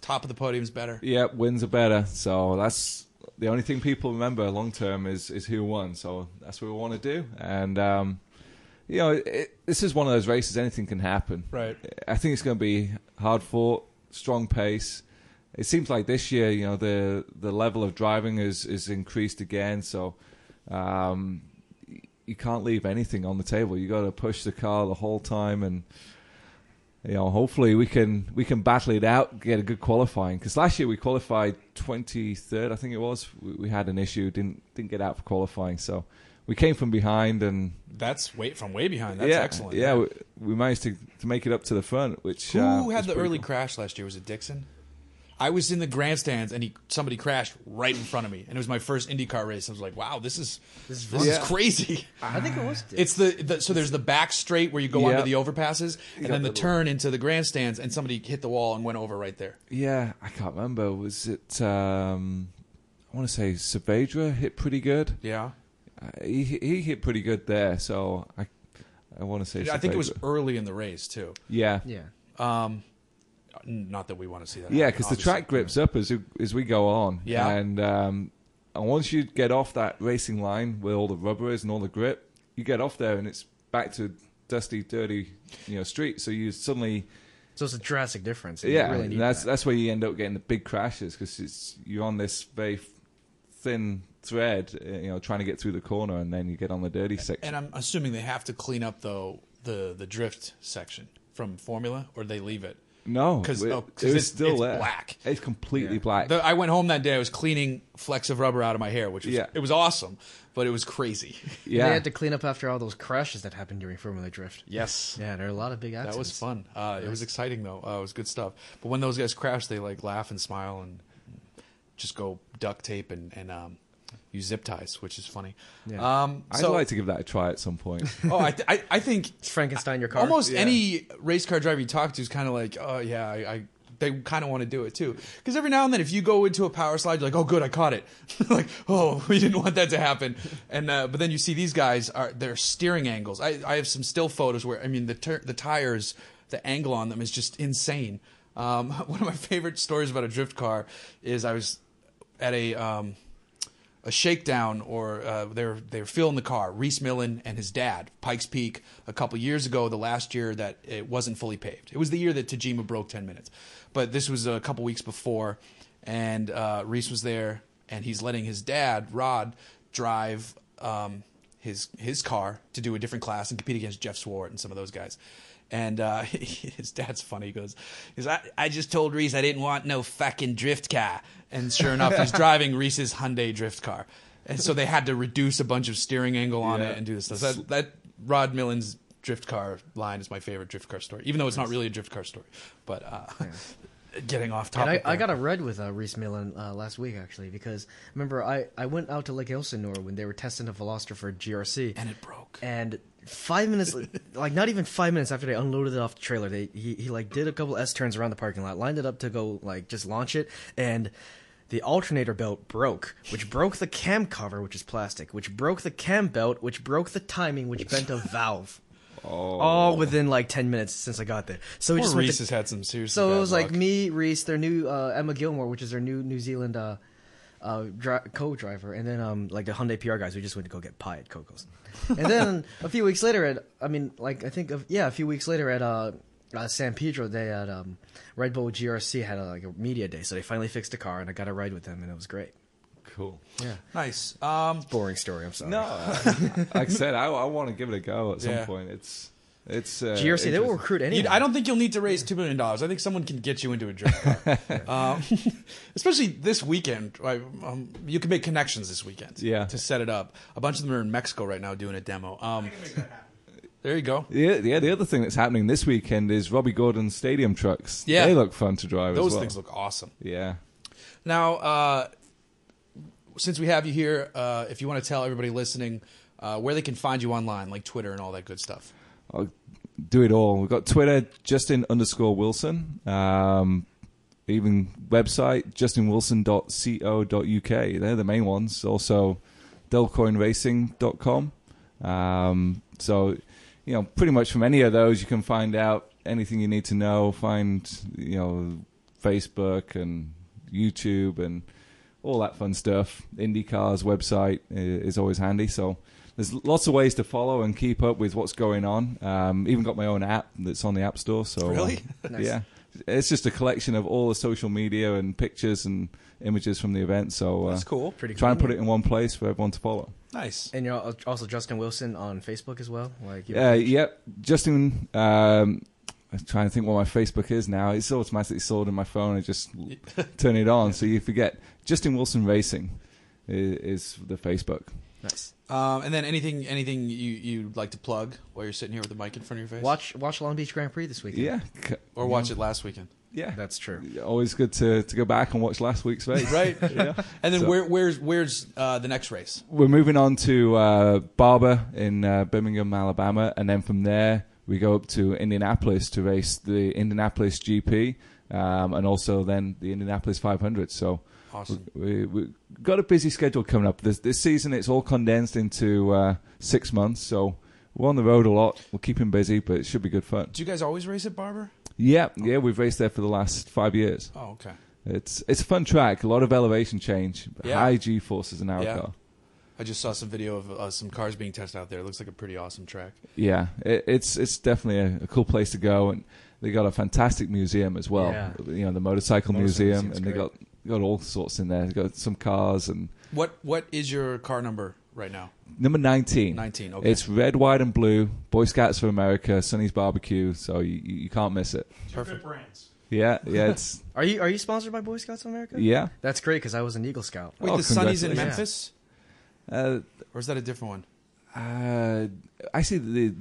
Speaker 2: Top of the podium's better.
Speaker 4: Yeah, wins are better. So that's the only thing people remember long term is is who won. So that's what we want to do. And um, you know, it, this is one of those races. Anything can happen.
Speaker 2: Right.
Speaker 4: I think it's going to be hard fought, strong pace. It seems like this year, you know, the the level of driving is is increased again. So. Um, y- you can't leave anything on the table. You got to push the car the whole time, and you know, hopefully we can we can battle it out, get a good qualifying. Because last year we qualified 23rd, I think it was. We, we had an issue, didn't didn't get out for qualifying, so we came from behind, and
Speaker 2: That's way from way behind. That's
Speaker 4: yeah,
Speaker 2: excellent.
Speaker 4: Yeah, we, we managed to, to make it up to the front, which
Speaker 2: Who
Speaker 4: uh, was
Speaker 2: had the
Speaker 4: pretty
Speaker 2: early
Speaker 4: cool.
Speaker 2: crash last year? Was it Dixon? I was in the grandstands and he somebody crashed right in front of me, and it was my first IndyCar race. I was like, "Wow, this is this is, crazy."
Speaker 3: I think it was.
Speaker 2: It's the, the so there's the back straight where you go
Speaker 4: Yeah.
Speaker 2: onto the overpasses, and then the
Speaker 4: the-
Speaker 2: turn into the grandstands, and somebody hit the wall and went over right there.
Speaker 4: Yeah, I can't remember. Was it? Um, I want to say Saavedra hit pretty good.
Speaker 2: Yeah,
Speaker 4: Uh, he he hit pretty good there, so I I want to say.
Speaker 2: I think it was
Speaker 4: Saavedra.
Speaker 2: early in the race too.
Speaker 4: Yeah.
Speaker 3: yeah.
Speaker 2: Not that we want to see that.
Speaker 4: Yeah,
Speaker 2: happen,
Speaker 4: because the
Speaker 2: obviously.
Speaker 4: track grips up as as we go on.
Speaker 2: Yeah.
Speaker 4: and um, and once you get off that racing line where all the rubber is and all the grip, you get off there and it's back to dusty, dirty, you know, street. So you suddenly,
Speaker 3: So it's a drastic difference. and you
Speaker 4: yeah,
Speaker 3: really need
Speaker 4: that's
Speaker 3: that.
Speaker 4: that's where you end up getting the big crashes because it's you're on this very thin thread, uh, you know, trying to get through the corner, and then you get on the dirty section.
Speaker 2: And I'm assuming they have to clean up though the the drift section from Formula, or they leave it.
Speaker 4: no,
Speaker 2: because
Speaker 4: it,
Speaker 2: oh, 'cause
Speaker 4: it was
Speaker 2: it's,
Speaker 4: still
Speaker 2: it's
Speaker 4: there.
Speaker 2: black.
Speaker 4: It's completely black.
Speaker 2: The, I went home that day. I was cleaning flecks of rubber out of my hair, which was,
Speaker 4: Yeah.
Speaker 2: it was awesome, but it was crazy.
Speaker 4: yeah,
Speaker 3: They had to clean up after all those crashes that happened during Formula Drift.
Speaker 2: Yes,
Speaker 3: Yeah, there are a lot of big accidents.
Speaker 2: that was fun. Uh, it was exciting though. Uh, it was good stuff. But when those guys crash, they like laugh and smile and just go duct tape and and um, use zip ties, which is funny.
Speaker 3: Yeah.
Speaker 2: Um,
Speaker 4: I'd
Speaker 2: so-
Speaker 4: like to give that a try at some point.
Speaker 2: oh, I, th- I I think
Speaker 3: It's Frankenstein your car.
Speaker 2: almost any race car driver you talk to is kind of like, oh yeah, I. I they kind of want to do it too, because every now and then, if you go into a power slide, you're like, "Oh, good, I caught it." like, "Oh, we didn't want that to happen." And uh, but then you see these guys are their steering angles. I, I have some still photos where I mean the tur the tires, the angle on them is just insane. Um, one of my favorite stories about a drift car is I was at a um, a shakedown or uh, they're they're filling the car. Reese Millen and his dad, Pikes Peak, a couple years ago, the last year that it wasn't fully paved. It was the year that Tajima broke 10 minutes, but this was a couple weeks before, and uh, Reese was there, and he's letting his dad Rod drive um, his his car to do a different class and compete against Jeff Swart and some of those guys. And uh, his dad's funny. He goes, he goes, I, I just told Reese I didn't want no fucking drift car. And sure enough, he's driving Reese's Hyundai drift car. And so they had to reduce a bunch of steering angle on
Speaker 4: Yeah.
Speaker 2: it and do this stuff. So that, that Rod Millen's drift car line is my favorite drift car story, even though it's not really a drift car story. But uh, getting off
Speaker 3: And I,
Speaker 2: topic.
Speaker 3: I
Speaker 2: there.
Speaker 3: got a red with uh, Reese Millen uh, last week actually because remember I, I went out to Lake Elsinore when they were testing the Veloster for GRC
Speaker 2: And it broke.
Speaker 3: and five minutes like not even five minutes after they unloaded it off the trailer they he, he like did a couple S turns around the parking lot lined it up to go like just launch it and the alternator belt broke which broke the cam cover which is plastic which broke the cam belt which broke the timing which bent a valve. All within like ten minutes since I got there, so we
Speaker 2: Oh. Poor
Speaker 3: just went
Speaker 2: Reese
Speaker 3: to-
Speaker 2: has had some serious.
Speaker 3: so it was like me, Reese, their new uh, Emma Gilmore, which is their new New Zealand uh, uh, dri- co-driver, and then um, like the Hyundai PR guys. We just went to go get pie at Coco's, and then a few weeks later at I mean, like I think of yeah, a few weeks later at uh, uh, San Pedro, they had um, Red Bull GRC had a, like a media day, so they finally fixed a car, and I got a ride with them, and it was great.
Speaker 4: Cool.
Speaker 2: Nice. Um,
Speaker 3: Boring story. I'm sorry.
Speaker 4: No, I- like I said, I, I want to give it a go at some
Speaker 2: Yeah.
Speaker 4: point. It's it's uh,
Speaker 3: GRC they will
Speaker 4: interesting.
Speaker 3: recruit
Speaker 2: you-
Speaker 3: anyone.
Speaker 2: I don't think you'll need to raise two million dollars. I think someone can get you into a drift car, um, especially this weekend. I- um, you can make connections this weekend.
Speaker 4: Yeah.
Speaker 2: to set it up. A bunch of them are in Mexico right now doing a demo. Um, there you go.
Speaker 4: Yeah, yeah. The other thing that's happening this weekend is Robbie Gordon's stadium trucks.
Speaker 2: Yeah.
Speaker 4: they look fun to drive.
Speaker 2: Those
Speaker 4: as well.
Speaker 2: things look awesome.
Speaker 4: Yeah,
Speaker 2: Now, uh, since we have you here, uh, if you want to tell everybody listening uh, where they can find you online, like Twitter and all that good stuff.
Speaker 4: I'll do it all. We've got Twitter, Justin underscore Wilson. Um, even website, justinwilson.co.uk. They're the main ones. Also, delcoinracing.com. Um, so, you know, pretty much from any of those, you can find out anything you need to know. Find, you know, Facebook and YouTube and all that fun stuff. IndyCar's website i- is always handy. So there's lots of ways to follow and keep up with what's going on. Um, even got my own app that's on the App Store. So uh,
Speaker 2: Really?
Speaker 4: yeah. It's just a collection of all the social media and pictures and images from the event. So uh,
Speaker 2: That's cool.
Speaker 3: Pretty
Speaker 4: Try and
Speaker 3: cool.
Speaker 4: put it in one place for everyone to follow.
Speaker 2: Nice.
Speaker 3: And you're al- also Justin Wilson on Facebook as well. Like, you-
Speaker 4: Yeah, Uh, yep. Justin, um, I'm trying to think what my Facebook is now. It's automatically stored in my phone. I just turn it on, so you forget. Justin Wilson Racing i- is the Facebook.
Speaker 3: nice.
Speaker 2: Um, and then anything anything you, you'd like to plug while you're sitting here with the mic in front of your face?
Speaker 3: Watch watch Long Beach Grand Prix this weekend.
Speaker 4: Yeah, c-
Speaker 2: Or watch it last weekend.
Speaker 4: yeah.
Speaker 3: that's true.
Speaker 4: Always good to, to go back and watch last week's race.
Speaker 2: Right.
Speaker 4: yeah.
Speaker 2: And then
Speaker 4: So-
Speaker 2: where, where's where's uh, the next race?
Speaker 4: We're moving on to uh, Barber in uh, Birmingham, Alabama, and then from there we go up to Indianapolis to race the Indianapolis GP, um, and also then the Indianapolis 500. So
Speaker 2: Awesome.
Speaker 4: we, we we've got a busy schedule coming up this this season. It's all condensed into uh, six months, so we're on the road a lot. We're keeping busy, but it should be good fun.
Speaker 2: Do you guys always race at Barber?
Speaker 4: Yeah, yeah, we've raced there for the last five years.
Speaker 2: Oh, okay.
Speaker 4: It's it's a fun track, a lot of elevation change,
Speaker 2: Yeah.
Speaker 4: high G forces an hour
Speaker 2: Yeah.
Speaker 4: car.
Speaker 2: I just saw some video of uh, some cars being tested out there. It looks like a pretty awesome track.
Speaker 4: Yeah, it, it's it's definitely a, a cool place to go, and they got a fantastic museum as well.
Speaker 3: Yeah.
Speaker 4: You know, the
Speaker 3: Motorcycle
Speaker 4: motorcycle, museum,
Speaker 3: museum's
Speaker 4: and they
Speaker 3: great.
Speaker 4: got got all sorts in there. They got some cars and
Speaker 2: What what is your car number right now?
Speaker 4: number nineteen.
Speaker 2: 19, okay.
Speaker 4: It's red, white, and blue. Boy Scouts of America, Sonny's Barbecue. So you, you you can't miss it.
Speaker 2: Perfect.
Speaker 5: brands.
Speaker 4: Yeah, yeah, it's
Speaker 3: Are you are you sponsored by Boy Scouts of America?
Speaker 4: yeah.
Speaker 3: That's great because I was an Eagle Scout.
Speaker 2: Wait,
Speaker 4: Oh,
Speaker 2: the Sunny's in
Speaker 3: congratulations.
Speaker 2: Memphis,
Speaker 4: Uh,
Speaker 2: or is that a different one?
Speaker 4: uh, I see the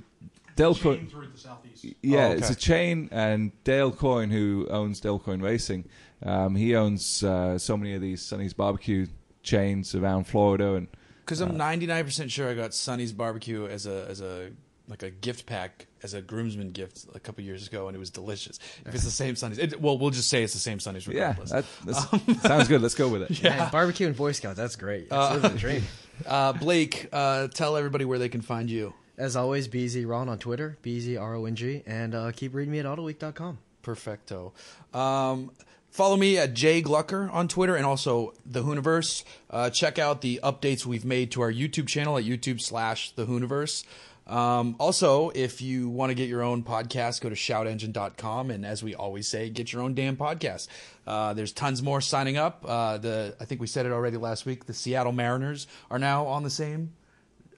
Speaker 4: Delco.
Speaker 5: through the southeast.
Speaker 4: Yeah,
Speaker 2: Oh, okay.
Speaker 4: it's a chain, and Dale Coyne, who owns Dale Coyne Racing, um, he owns uh, so many of these Sonny's barbecue chains around Florida, and
Speaker 2: Because
Speaker 4: Uh,
Speaker 2: I'm 99 percent sure I got Sonny's barbecue as a as a like a gift pack as a groomsman gift a couple years ago, and it was delicious. If it's the same Sonny's, it, well, we'll just say it's the same Sonny's
Speaker 4: yeah,
Speaker 2: regardless.
Speaker 4: that that's, sounds good. Let's go with it.
Speaker 3: Man, barbecue and Boy Scouts. That's great. That's living the dream.
Speaker 2: Uh, Blake, uh, tell everybody where they can find you.
Speaker 3: As always, BZ Ron on Twitter, BZ R O N G, and uh, keep reading me at AutoWeek.com.
Speaker 2: Perfecto. Um, follow me at Jay Glucker on Twitter and also The Hooniverse. Uh, check out the updates we've made to our YouTube channel at YouTube slash The Hooniverse. Um, also, if you want to get your own podcast, go to shoutengine.com. And as we always say, get your own damn podcast. Uh, there's tons more signing up. Uh, the I think we said it already last week. The Seattle Mariners are now on the same.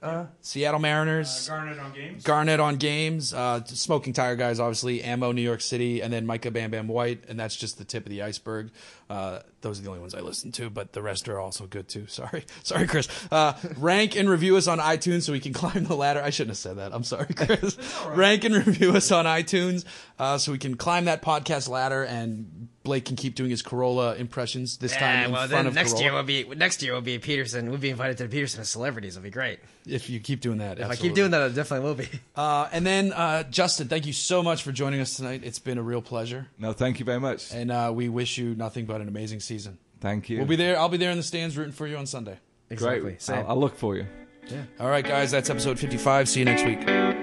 Speaker 2: Uh, Seattle Mariners.
Speaker 5: Garnet on games.
Speaker 2: Garnett on games, uh, Smoking Tire Guys, obviously, Ammo New York City, and then Micah Bam Bam White, and that's just the tip of the iceberg. Uh, those are the only ones I listen to, but the rest are also good too. Sorry, sorry, Chris. Uh, rank and review us on iTunes so we can climb the ladder. I shouldn't have said that. I'm sorry, Chris. Rank and review us on iTunes uh, so we can climb that podcast ladder, and Blake can keep doing his Corolla impressions this time in front of Corolla.
Speaker 3: will be next year will be Peterson. We'll be invited to the Peterson as celebrities. It'll be great.
Speaker 2: If you keep doing that,
Speaker 3: If I keep doing that, I definitely will be.
Speaker 2: Uh, and then uh, Justin, thank you so much for joining us tonight. It's been a real pleasure.
Speaker 4: No, thank you very much.
Speaker 2: And uh, we wish you nothing but an amazing season.
Speaker 4: Thank you.
Speaker 2: We'll be there. I'll be there in the stands rooting for you on Sunday.
Speaker 4: Great.
Speaker 3: Exactly. Same.
Speaker 4: I'll, I'll look for you.
Speaker 2: All right, guys, that's episode 55. See you next week.